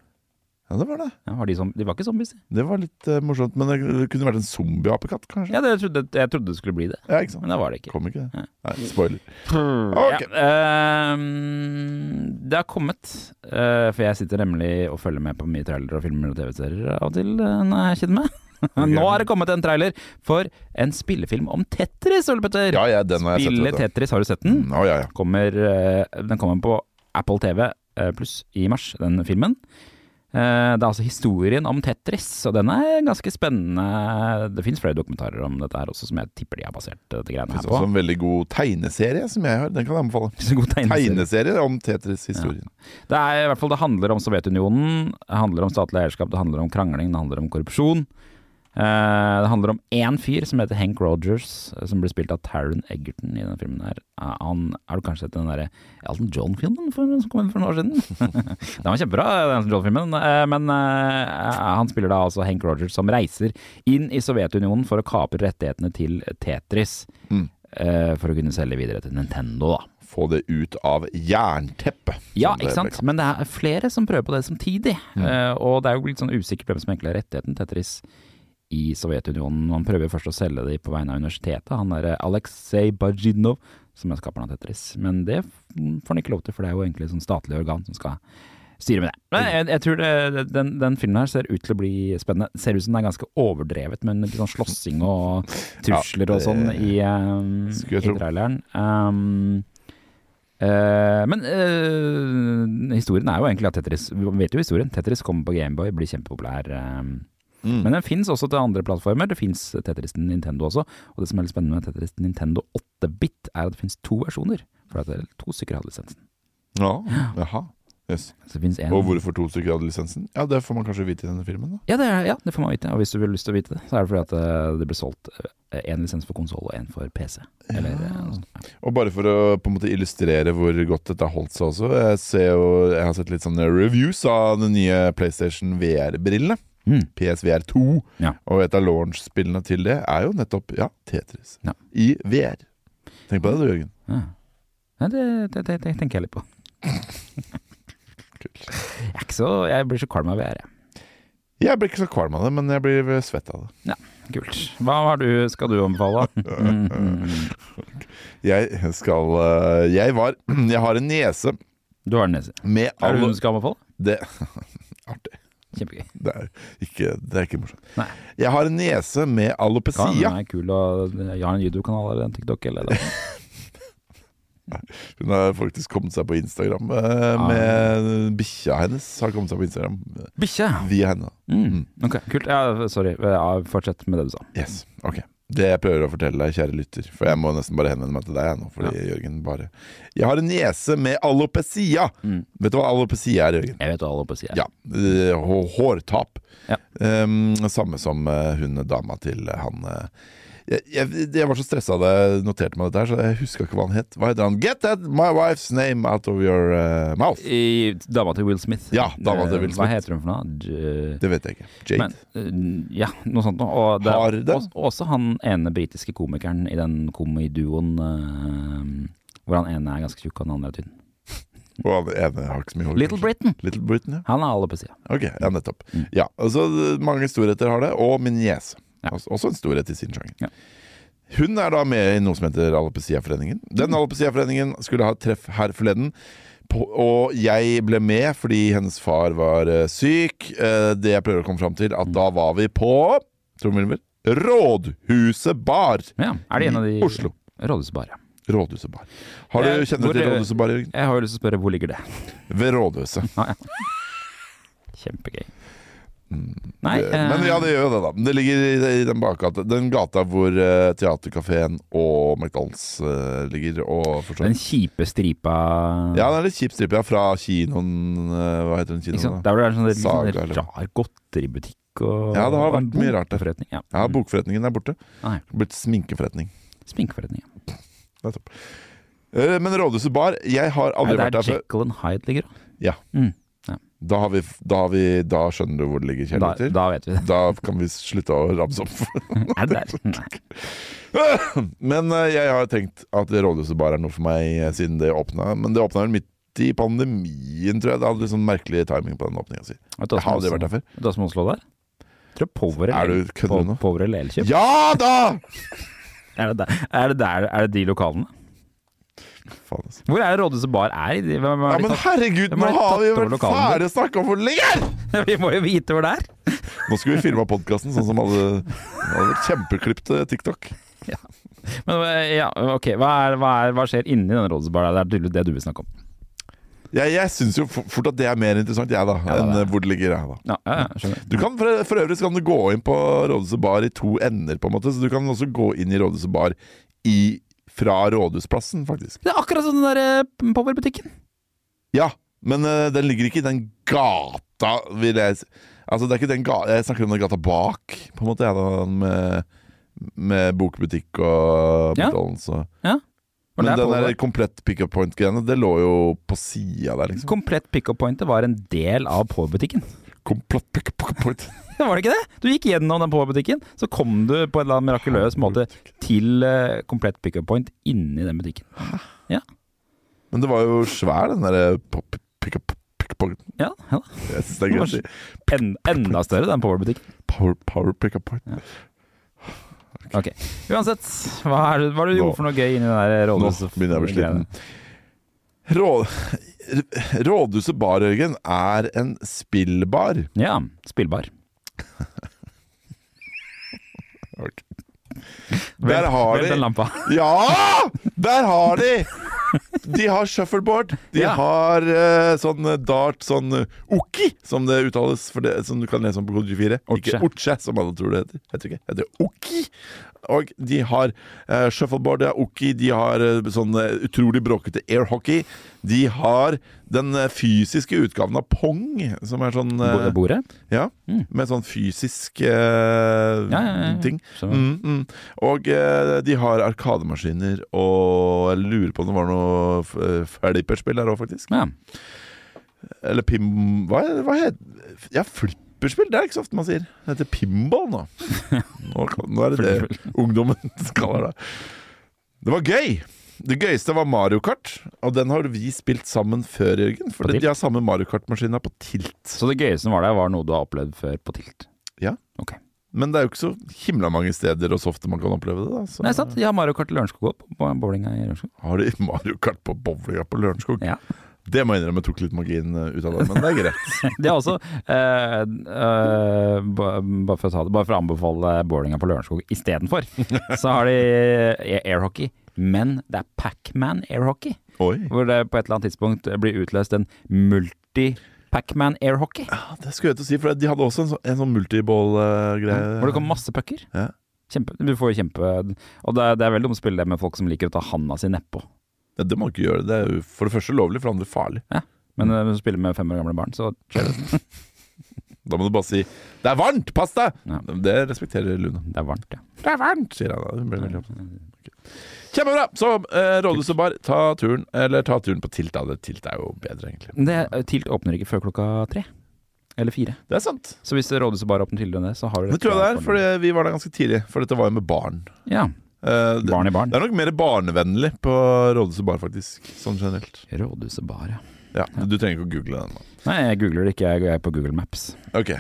B: ja, det var det.
A: Ja, var de, som, de var ikke zombies, de.
B: Det var litt eh, morsomt. Men det kunne vært en zombieapekatt, kanskje.
A: Ja, det, jeg, trodde, jeg trodde det skulle bli det,
B: Ja, ikke sant?
A: men det var det ikke.
B: Kom ikke det.
A: Nei.
B: Nei, spoiler.
A: Ja,
B: Ok.
A: ehm, det har kommet, eh, for jeg sitter nemlig og følger med på mye trailere og filmer og TV-serier av og til eh, når jeg
B: [laughs]
A: kjenner meg. Nå har det kommet en trailer for en spillefilm om Tetris, Ole Petter!
B: Ja, ja, den har jeg sett. Mm.
A: Spille
B: vet du.
A: Tetris, har du sett den?
B: Å, ja, ja.
A: Kommer, eh, den kommer på Apple TV eh, pluss i mars, den filmen. Eh, Det er altså historien om Tetris, og den er ganske spennende. Det fins flere dokumentarer om dette her også, som jeg tipper de har basert dette greiene
B: Det
A: her
B: er
A: på.
B: også en veldig god tegneserie som jeg har. Den kan jeg anbefale.
A: Så god tegneserie.
B: Tegneserie om Tetris-historien.
A: Det er i hvert fall, det handler om Sovjetunionen, det handler om statlig eierskap, det handler om krangling, det handler om korrupsjon. Eh, det handler om én fyr som heter Hank Rogers, eh, som blir spilt av Taron Egerton i denne filmen. her. Eh, han har du kanskje sett den derre Elton John-filmen for- som kom ut for noen år siden? [laughs] den var kjempebra, den Elton John-filmen. Eh, men eh, han spiller da altså Hank Rogers som reiser inn i Sovjetunionen for å kapre rettighetene til Tetris. eh, for å kunne selge videre til Nintendo, da.
B: Få det ut av jernteppet. som Sånn, det
A: Ja, ikke
B: ble
A: sant?
B: kalt.
A: Men det er flere som prøver på det samtidig. Eh, og det er jo litt sånn usikkert hvem som egentlig har rettigheten til Tetris i Sovjetunionen. Man prøver først å selge det på vegne av universitetet. Han derre Aleksej Bajinov, som er skaperen av Tetris. Men det får han ikke lov til, for det er jo egentlig et sånn statlig organ som skal styre med det. Men jeg, jeg tror det, den, den filmen her ser ut til å bli spennende. Ser ut som den er ganske overdrevet, men litt sånn slåssing og trusler og sånn i, eh,
B: Skulle jeg
A: i
B: tro.
A: traileren. Um, Eh, men eh, historien er jo egentlig at Tetris Vi vet jo historien. Tetris kommer på Gameboy, blir kjempepopulær. eh.
B: Mm.
A: Men den fins også til andre plattformer. Det fins Tetris til Nintendo også. Og det som er litt spennende med Tetris til Nintendo 8-bit, er at det fins to versjoner. For at det er to stykker har lisensen.
B: Ja, jaha. Yes.
A: Så det finnes en
B: Og hvorfor to stykker hadde lisensen? Ja, det får man kanskje vite i denne filmen, da.
A: Ja, det er, ja, det får man vite. Og hvis du vil lyst til å vite det, så er det fordi at eh, det ble solgt én lisens for konsoll og én for PC. Eller, eh, noe sånt.
B: Og bare for å på en måte illustrere hvor godt dette har holdt seg også, jeg, ser jo, jeg har sett litt sånne reviews av den nye PlayStation VR-brillene.
A: Mm.
B: PSVR 2.
A: Ja.
B: Og et av launch-spillene til det er jo nettopp ja, Tetris
A: Ja.
B: i VR. Tenk på det, du, Jørgen.
A: Ja. Nei, det, det, det, det tenker jeg [laughs] litt på.
B: Kult.
A: Jeg, er ikke så, jeg blir så kvalm av VR, jeg.
B: Jeg blir ikke så kvalm av det, men jeg blir svett av det.
A: Kult. Hva har du, skal du anbefale? [laughs]
B: Jeg skal øh, Jeg var [clears throat] Jeg har en niese
A: Du har nese.
B: med
A: Er det [laughs]
B: alle
A: hun du skal anbefale?
B: Det Artig.
A: Kjempegøy.
B: Det er ikke, det er ikke morsomt.
A: Nei.
B: Jeg har en niese med
A: Kan,
B: alopecia.
A: Hun er kul og jeg har en YouTube-kanal eller en TikTok eller noe. [laughs]
B: Hun har faktisk kommet seg på Instagram. eh,
A: Ah.
B: Med Bikkja hennes har kommet seg på Instagram eh,
A: Bikkje!
B: via henne.
A: Mm. Ok, kult. Ja, sorry. Ja, fortsett med det du sa.
B: Yes, ok Det jeg prøver å fortelle deg, kjære lytter For jeg må nesten bare henvende meg til deg jeg, nå Fordi Jørgen bare Jeg har en niese med alopecia
A: Mm.
B: Vet du hva alopecia er, Jørgen?
A: Jeg vet hva alle på sier.
B: Ja, eh, hå- hårtap
A: Ja.
B: Ehm, Samme som eh, hun dama til eh, han eh, jeg, jeg, jeg var så stresset da jeg noterte meg dette her Så jeg husker ikke hva han het Hva heter han? Get that my wife's name out of your eh, mouth
A: I dama til Will Smith.
B: Ja, dama til Will
A: Eh,
B: Smith.
A: Hva heter hun for noe? J-
B: Det vet jeg ikke Jade
A: Men, eh, ja, noe sånt noe. Og det,
B: Har det?
A: Også, også han ene britiske komikeren i den komiduoen eh, hvor han ene er ganske tjukk og den andre er tynn.
B: Og han ene har ikke så mye hår
A: Little
B: kanskje.
A: Britain.
B: Little Britain, ja
A: Han er alle på sida.
B: Ok,
A: Mm.
B: ja, nettopp. Ja, altså Mange storheter har det, og min niese.
A: Ja.
B: Altså, også en storhet i sin sjanger.
A: Ja.
B: Hun er da med i noe som heter Alopeciaforeningen.
A: Mm.
B: Den Alopeciaforeningen skulle ha et treff her forleden. På, og jeg ble med fordi hennes far var eh, syk. Eh, det jeg prøver å komme fram til,
A: Mm.
B: at da var vi på trommevirvel, Rådhuset bar.
A: Ja. Er det en av de
B: I Oslo.
A: Rådhuset Bar, ja.
B: Rådhuset bar. Har du,
A: Eh,
B: kjenner
A: hvor-
B: du til Rådhuset bar? Jørgen?
A: Jeg har jo lyst til å spørre hvor ligger det?
B: Ved rådhuset.
A: Kjempegøy. Nei,
B: Eh, Men ja, det gjør jo det, da. Det ligger i, i den bakgata. Den gata hvor uh, Theatercaféen og McDonald's eh, ligger. Og for så
A: Den
B: vidt
A: kjipe stripa
B: Ja, det er litt kjip stripe ja, fra kinoen eh, Hva heter den
A: ikke sant?
B: kinoen, da?
A: Der hvor det er sånn, litt
B: Saga,
A: sånn
B: eller?
A: rar godteributikk og
B: Ja, det har
A: og en
B: vært mye rart der.
A: bokforretning, Ja.
B: Ja, bokforretningen er borte.
A: Nei.
B: Blitt sminkeforretning.
A: Sminkeforretning. Ja.
B: Nettopp. Eh, Men Rådhuset bar, jeg har aldri
A: Er det
B: vært
A: der
B: der før.
A: Jekyll and Hyde ligger? da?
B: Ja.
A: Mm, ja.
B: Da, har vi, da, har vi, da skjønner du hvor det ligger,
A: Da,
B: kjære lytter.
A: da vet vi det.
B: Da kan vi slutte å ramse opp.
A: Er det der? Nei.
B: [coughs] Men eh, jeg har tenkt at rådhuset bare er noe for meg eh, siden det åpna. Men det åpna vel midt i pandemien, tror jeg. Det hadde litt sånn merkelig timing på den åpninga si.
A: Vet du hva
B: Jeg
A: som
B: har aldri
A: også-
B: vært der før.
A: Vet du hva som Oslo der? Tror jeg Power
B: Er
A: eller-
B: du- kødder du
A: Po-
B: nå?
A: Power eller Elkjøp?
B: Ja da!
A: Er, det der- er det der Er det de lokalene?
B: Faen, altså.
A: Hvor er det Rådhuset Bar er? i de- Hvem, hvem er
B: Ja,
A: de
B: men
A: tatt-
B: herregud,
A: Hvem
B: nå
A: har de
B: har vi jo
A: tatt over
B: vært
A: lokalene?
B: ferdig å snakke om hvor det ligger!
A: [laughs] Vi må jo vite hvor det er!
B: Nå skulle vi filma podkasten sånn som alle [laughs] hadde vært kjempeklipt til TikTok.
A: eh, Men eh, ja, ok, hva, er, hva, er, hva skjer inni den Rådhusbaren? Det er tydeligvis det du vil snakke om.
B: Jeg, jeg syns jo for- fort at det er mer interessant, jeg, da, enn eh, hvor det ligger. Jeg, da.
A: Ja, ja, ja, skjønner.
B: Du kan, for, for øvrig så kan du gå inn på Rådhuset Bar i to ender, på en måte. Så du kan også gå inn i Rådhuset Bar i, fra Rådhusplassen, faktisk.
A: Det er akkurat som den der eh, Power-butikken.
B: Ja, men eh, den ligger ikke i den gata, vil jeg si. Altså, det er ikke den gata Jeg snakker om den gata bak, på en måte, jeg, da, med, med bokbutikk og
A: Ja.
B: McDonald's og
A: Og
B: Men
A: det er
B: den der
A: Power.
B: komplett pickup point-greiene, det lå jo på sida der, liksom.
A: Komplett pick-up-pointet var en del av Power-butikken. [laughs]
B: Komplett pickup point.
A: Var det ikke det? Du gikk gjennom den Power-butikken, så kom du på en eller annen mirakuløs måte til eh, komplett pick-up-point inni den butikken.
B: Men det var jo svær, den der pop- pickup pickup point.
A: Ja, ja. da.
B: Jeg synes det er gøy å si.
A: En, enda større, den Power-butikken.
B: Power, power pickup point.
A: Ok. Uansett, hva er det hva er det du
B: Nå-
A: gjorde for noe gøy inni den der eh,
B: Nå
A: rådhuset?
B: begynner jeg å bli sliten. Rå- [laughs] Rådhuset Bar, Jørgen, er en spillbar.
A: Ja.
B: [laughs]
A: Spillbar.
B: Der har
A: Vent den
B: de
A: lampa.
B: Ja! Der har de! De har shuffleboard. De
A: Ja.
B: har eh, sånn dart, sånn eh, oki, som det uttales, for det, som du kan lese om på kode 24. Ikke
A: Oche.
B: Oche, som alle tror det heter. Heter ikke. Heter oki. Og de har eh, shuffleboard, de har oki, de har eh, sånn eh, utrolig bråkete air hockey. De har den eh, fysiske utgaven av pong, som er sånn eh,
A: Bo- Bordet?
B: Ja,
A: Mm.
B: med sånn fysisk eh,
A: Ja, ja, ja.
B: ting.
A: Så-
B: Mm, mm. Og eh, de har arkademaskiner, og jeg lurer på om det var noe f- eh, flipperspill der òg, faktisk.
A: Ja.
B: Eller pim... Hva, er- hva heter Ja, flipperspill, det er ikke så ofte man sier. Det heter pinball
A: [laughs]
B: nå. Nå, nå er det det ungdommen [laughs] kaller det. Det var gøy! Det gøyeste var Mario Kart, og den har vi spilt sammen før, Jørgen. For
A: På
B: de
A: Tilt?
B: har samme Mario Kart-maskina på Tilt.
A: Så det gøyeste som var der, var noe du har opplevd før på Tilt?
B: Ja.
A: Ok.
B: Men det er jo ikke så himla mange steder og så ofte man kan oppleve det. da så
A: Nei, sant? De har Mario Kart i Lørenskog òg, på bowlinga i Lørenskog.
B: Har de [laughs] Mario Kart på bowlinga på Lørenskog?
A: Ja.
B: Det må jeg innrømme tok litt magien eh, ut av det, men det er greit.
A: [laughs] [laughs] De har også eh, eh, ba- Bare for å ta det Bare for å anbefale bowlinga på Lørenskog
B: [laughs]
A: istedenfor, så har de airhockey. Men det er Pacman airhockey,
B: Oi.
A: hvor det på et eller annet tidspunkt blir utløst en multi-Pacman airhockey.
B: Ja, det skulle jeg til å si, for de hadde også en, så, en sånn multiball-greie.
A: Hvor det kom masse pucker.
B: Ja.
A: Kjempe, du får jo kjempe Og det er, det er veldig om å spille det med folk som liker å ta handa si nedpå.
B: ja, det må du ikke gjøre. Det er jo for det første lovlig, for det andre farlig.
A: Men eh, hvis du spiller med fem år gamle barn, så kjører du.
B: Da må du bare si 'det er varmt, pass deg'!
A: Ja.
B: Det respekterer Luna.
A: Det er varmt, ja.
B: Det er varmt, sier han. da. Hun blir veldig opptatt. Ok. Kjempebra! Så eh, Rådhuset Bar, ta turen. Eller ta turen på Tilt, da. Det- Tilt er jo bedre, egentlig.
A: Men Det, Tilt åpner ikke før klokka tre. Eller fire.
B: Det er sant.
A: Så hvis rådhuset bare åpner tidligere enn det, så har du
B: Det tror jeg det er, for vi var der ganske tidlig. For dette var jo med barn.
A: Ja.
B: Eh, det,
A: Barn i barn.
B: det er nok mer barnevennlig på Rådhuset bar, faktisk. Sånn generelt.
A: Rådhuset bar, ja.
B: Ja, Du trenger ikke å google den. da
A: Nei, jeg googler det ikke. Jeg går på Google Maps.
B: Ok,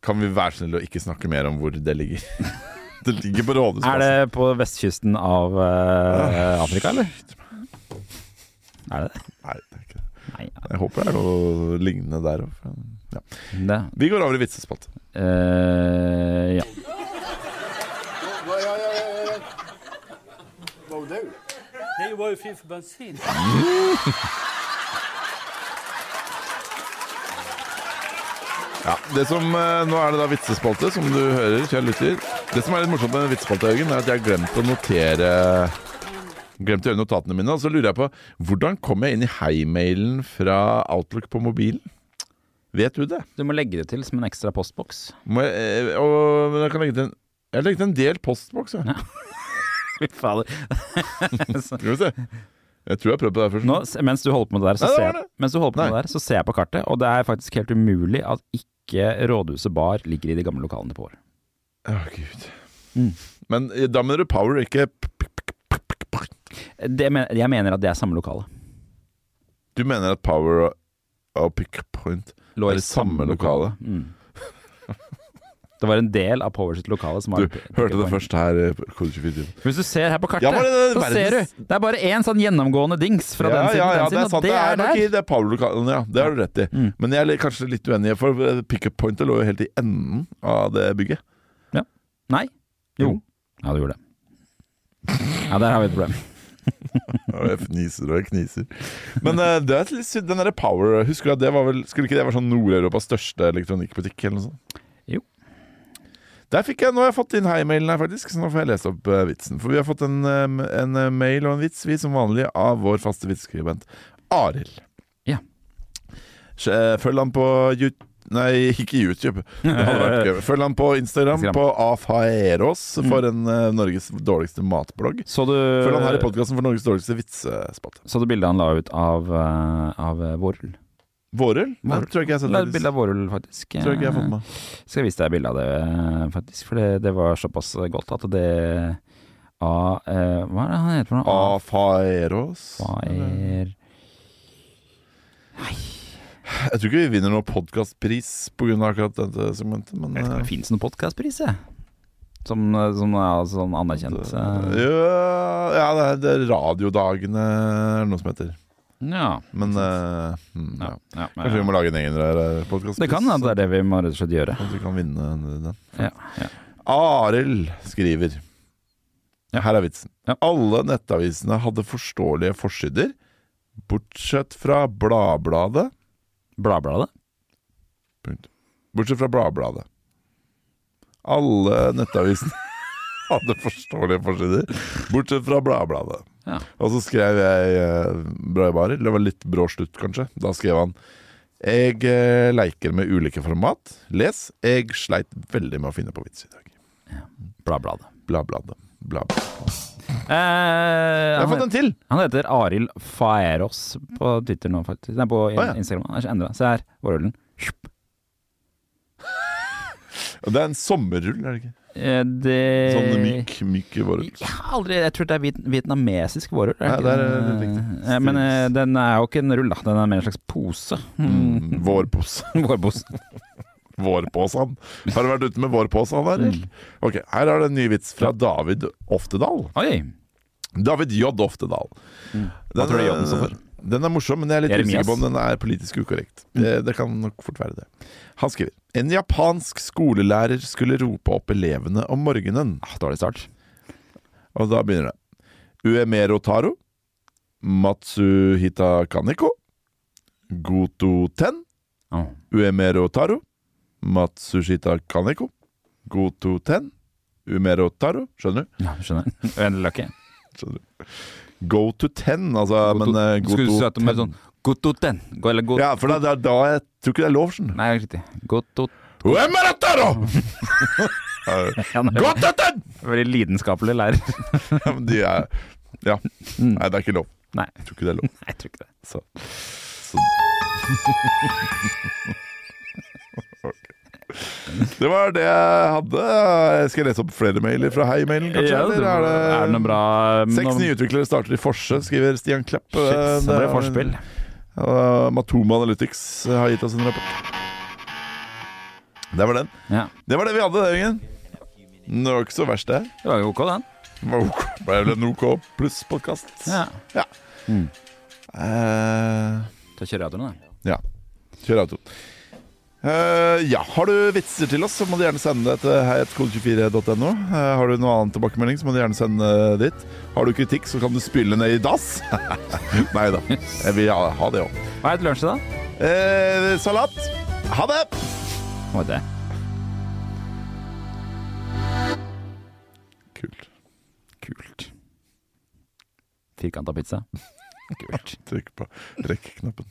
B: Kan vi være snille og ikke snakke mer om hvor det ligger? [laughs] det ligger på
A: Er
B: Rådhusplassen.
A: det på vestkysten av eh, Afrika, eller? Er det det?
B: Nei, det er ikke det.
A: Nei,
B: Jeg håper det er noe lignende der òg. Ja.
A: det
B: Vi går over i vitsespalt.
A: eh, Ja.
E: Nej, jag var ju fri för bensin.
B: Ja, det som, eh, nå er det da vitsespalte, som du hører, kjære lytter. Det som er litt morsomt med vitsespalte, Jørgen, er at jeg har glemt å notere Glemt å gjøre notatene mine. Og så lurer jeg på hvordan kom jeg inn i hei-mailen fra Outlook på mobilen? Vet du det?
A: Du må legge det til som en ekstra
B: [laughs]
A: postboks.
B: Må jeg, eh, og, men jeg kan legge til en Jeg har legget til en del postboks, jeg.
A: Fy fader.
B: Skal vi se. Jeg tror jeg har prøvd på det her først.
A: Nå, s- mens du holder på med det der, så
B: Nei, det
A: ser
B: var
A: jeg,
B: det.
A: mens du holder på med
B: Nei.
A: det der, så ser jeg på kartet, og det er faktisk helt umulig at ikke rådhuset bar ligger i de gamle lokalene på Vår.
B: Å, gud. Men eh, da mener du power, ikke p- p- p- p- p- p-
A: Det men, jeg mener at det er samme lokale.
B: Du mener at power og, og pick point
A: lå
B: Er det samme lokale?
A: Mm. Det var en del av Power sitt lokale som var
B: Du
A: en pick-
B: hørte det
A: pick-up-point.
B: først her. eh, på Kode 24 timer.
A: Hvis du ser her på kartet,
B: Ja, var det det
A: så
B: verdens-
A: ser du det er bare én sånn gjennomgående dings fra den siden
B: ja, ja,
A: til
B: det
A: den siden, og
B: er sant. Det er nok
A: der.
B: i det Power-lokalen, ja. Det har du rett i.
A: Mm.
B: Men jeg er kanskje litt uenig, for pickup-pointet lå jo helt i enden av det bygget.
A: Nei? Jo. Ja, det gjorde det. Ja, der har vi et problem.
B: Og jeg fniser og jeg kniser. Men eh, det er litt, synd, den derre Power Husker du at det var vel Skulle ikke det være sånn Nord-Europas største elektronikkbutikk eller noe sånt?
A: Jo.
B: Der fikk jeg, nå har jeg fått inn hei-mailen her, faktisk, så nå får jeg lese opp eh, vitsen. For vi har fått en, eh, en eh, mail og en vits, vi som vanlig, av vår faste vitsskribent Arild.
A: Ja.
B: Sj- eh, Følg han på YouTube Nei, ikke YouTube. Det hadde vært gøy. Følg han på Instagram,
A: Instagram. Mm.
B: på afaeros, E for en eh, Norges dårligste matblogg.
A: [laughs] Så du,
B: Følg
A: Eh,
B: han her i podkasten for Norges dårligste vitsespalte.
A: så du bildet han la ut av, eh, av eh, Vårull?
B: Vårøl? Nei,
A: Vårøl.
B: Tror jeg ikke jeg har sett
A: La ut
B: faktisk.
A: bilde av Vårull, faktisk. Eh,
B: Tror jeg ikke jeg har fått med meg.
A: Skal jeg vise deg bildet av det, eh, faktisk. For det, det var såpass eh, godt at det A eh, Hva er det han heter for noe?
B: Ah, Afaeros?
A: Faer
B: Jeg tror ikke vi vinner noen podkastpris pga. akkurat dette segmentet, men eh,
A: Jeg vet ikke om det finnes noen podcastpris, jeg. Som, eh, som er sånn anerkjent.
B: eh,
A: eh,
B: ja, ja, det er, det er Radiodagene eller noe som heter.
A: Ja.
B: Men eh, hmm, ja.
A: ja, ja, ja.
B: Kanskje vi må lage en egen eh, podkastpris?
A: Det kan hende det er det vi må rett og slett gjøre.
B: At vi kan vinne den.
A: Ja, ja.
B: Arild skriver
A: Ja.
B: Her er vitsen.
A: Ja.
B: Alle nettavisene hadde forståelige forsider, bortsett fra Bladbladet.
A: Bladbladet?
B: Punkt. Bortsett fra Bladbladet. Alle nettavisene [laughs] hadde forståelige forsider, bortsett fra Bladbladet.
A: Ja.
B: Og så skrev jeg eh, Bra barer. Det var litt brå slutt, kanskje. Da skrev han Jeg eh, leker med ulike format. Les. Jeg sleit veldig med å finne på vits i dag.
A: Bladbladet.
B: Bladbladet. Bladbladet.
A: Eh,
B: Jeg har
A: han,
B: fått en til!
A: het- han heter Arild Faeros på Twitter nå, faktisk. Nei, på
B: Å, ja.
A: Instagram. Han er ikke endra. Se her, vårrullen.
B: Og Det er en sommerrull, er det ikke?
A: Eh, det
B: Sånn myk, myk vårrull.
A: Jeg har aldri, jeg tror det er viet, vietnamesisk vårrull.
B: Ja,
A: ikke
B: det er
A: den,
B: helt riktig.
A: eh, Men eh, den er jo ikke en rull, da. Den er mer en slags pose. [laughs]
B: Mm, vårpose.
A: Vårpose.
B: Vårpåsan. Har du vært ute med vårpåsan,
A: Mm.
B: Arild? Ok, her er det en ny vits fra David Oftedal.
A: Oi!
B: David J. Oftedal. Den
A: Mm. tror du
B: er-
A: J-en står for?
B: Den er morsom, men jeg er litt
A: Jeremias.
B: usikker på om den er politisk ukorrekt.
A: Mm.
B: Det, det kan nok fort være det. Han skriver En japansk skolelærer skulle rope opp elevene om morgenen.
A: Ah, dårlig start.
B: Og da begynner det. Uemero Taro, Matsuhita Kaneko, Goto Ten,
A: Å.
B: Uemero Taro, Matsushita Kaneko, Goto Ten, Uemero Taro. Skjønner du?
A: Ja, skjønner. [laughs] Uendelig løkke.
B: Skjønner du? Go to ten, altså.
A: Goto-
B: men eh,
A: Skulle
B: Goto
A: du sette med
B: Ten.
A: sånn Gototen. Go, eller go,
B: Ja, for det er- det er da jeg tror ikke det er lov, skjønner du.
A: Nei, riktig. Gotot... [laughs]
B: Uemero Taro!
A: Ja, det er
B: Goto Ten! [laughs]
A: veldig lidenskapelig lærer. [laughs]
B: Ja, men de er Ja.
A: Mm.
B: Nei, det er ikke lov.
A: Nei,
B: Jeg tror ikke det er lov.
A: jeg tror ikke det.
B: Så, så. Ok. Det var det jeg hadde. Skal jeg lese opp flere mailer fra Hei-mailen, kanskje?
A: Ja,
B: eller
A: er, det,
B: er det
A: noe bra
B: Seks
A: noe-
B: nye utviklere starter i Forse, skriver Stian Klepp.
A: Shit, så ble Eh, det
B: er-
A: forspill.
B: Ja, Matoma Analytics har gitt oss en rapport. Det var den.
A: Ja.
B: Det var det vi hadde, det, Jørgen. Men Det var ikke så verst, det.
A: Det var jo ok, den.
B: Det var ok. Det ble vel en OK pluss-podkast.
A: Ja.
B: Eh,
A: Ta kjøre radioen, da.
B: Ja. Kjør auto. Eh, ja, Har du vitser til oss, så må du gjerne sende det til heiatkode24.no. Eh, har du noe annen tilbakemelding, så må du gjerne sende det dit. Har du kritikk, så kan du spyle ned i dass. [laughs] Nei da. Jeg vil ha, ha det òg.
A: Hva het lunsjen, da?
B: Eh, salat. Ha det!
A: Hva het det?
B: Kult.
A: Kult. Firkanta pizza. Kult.
B: Trykk på rekk-knappen.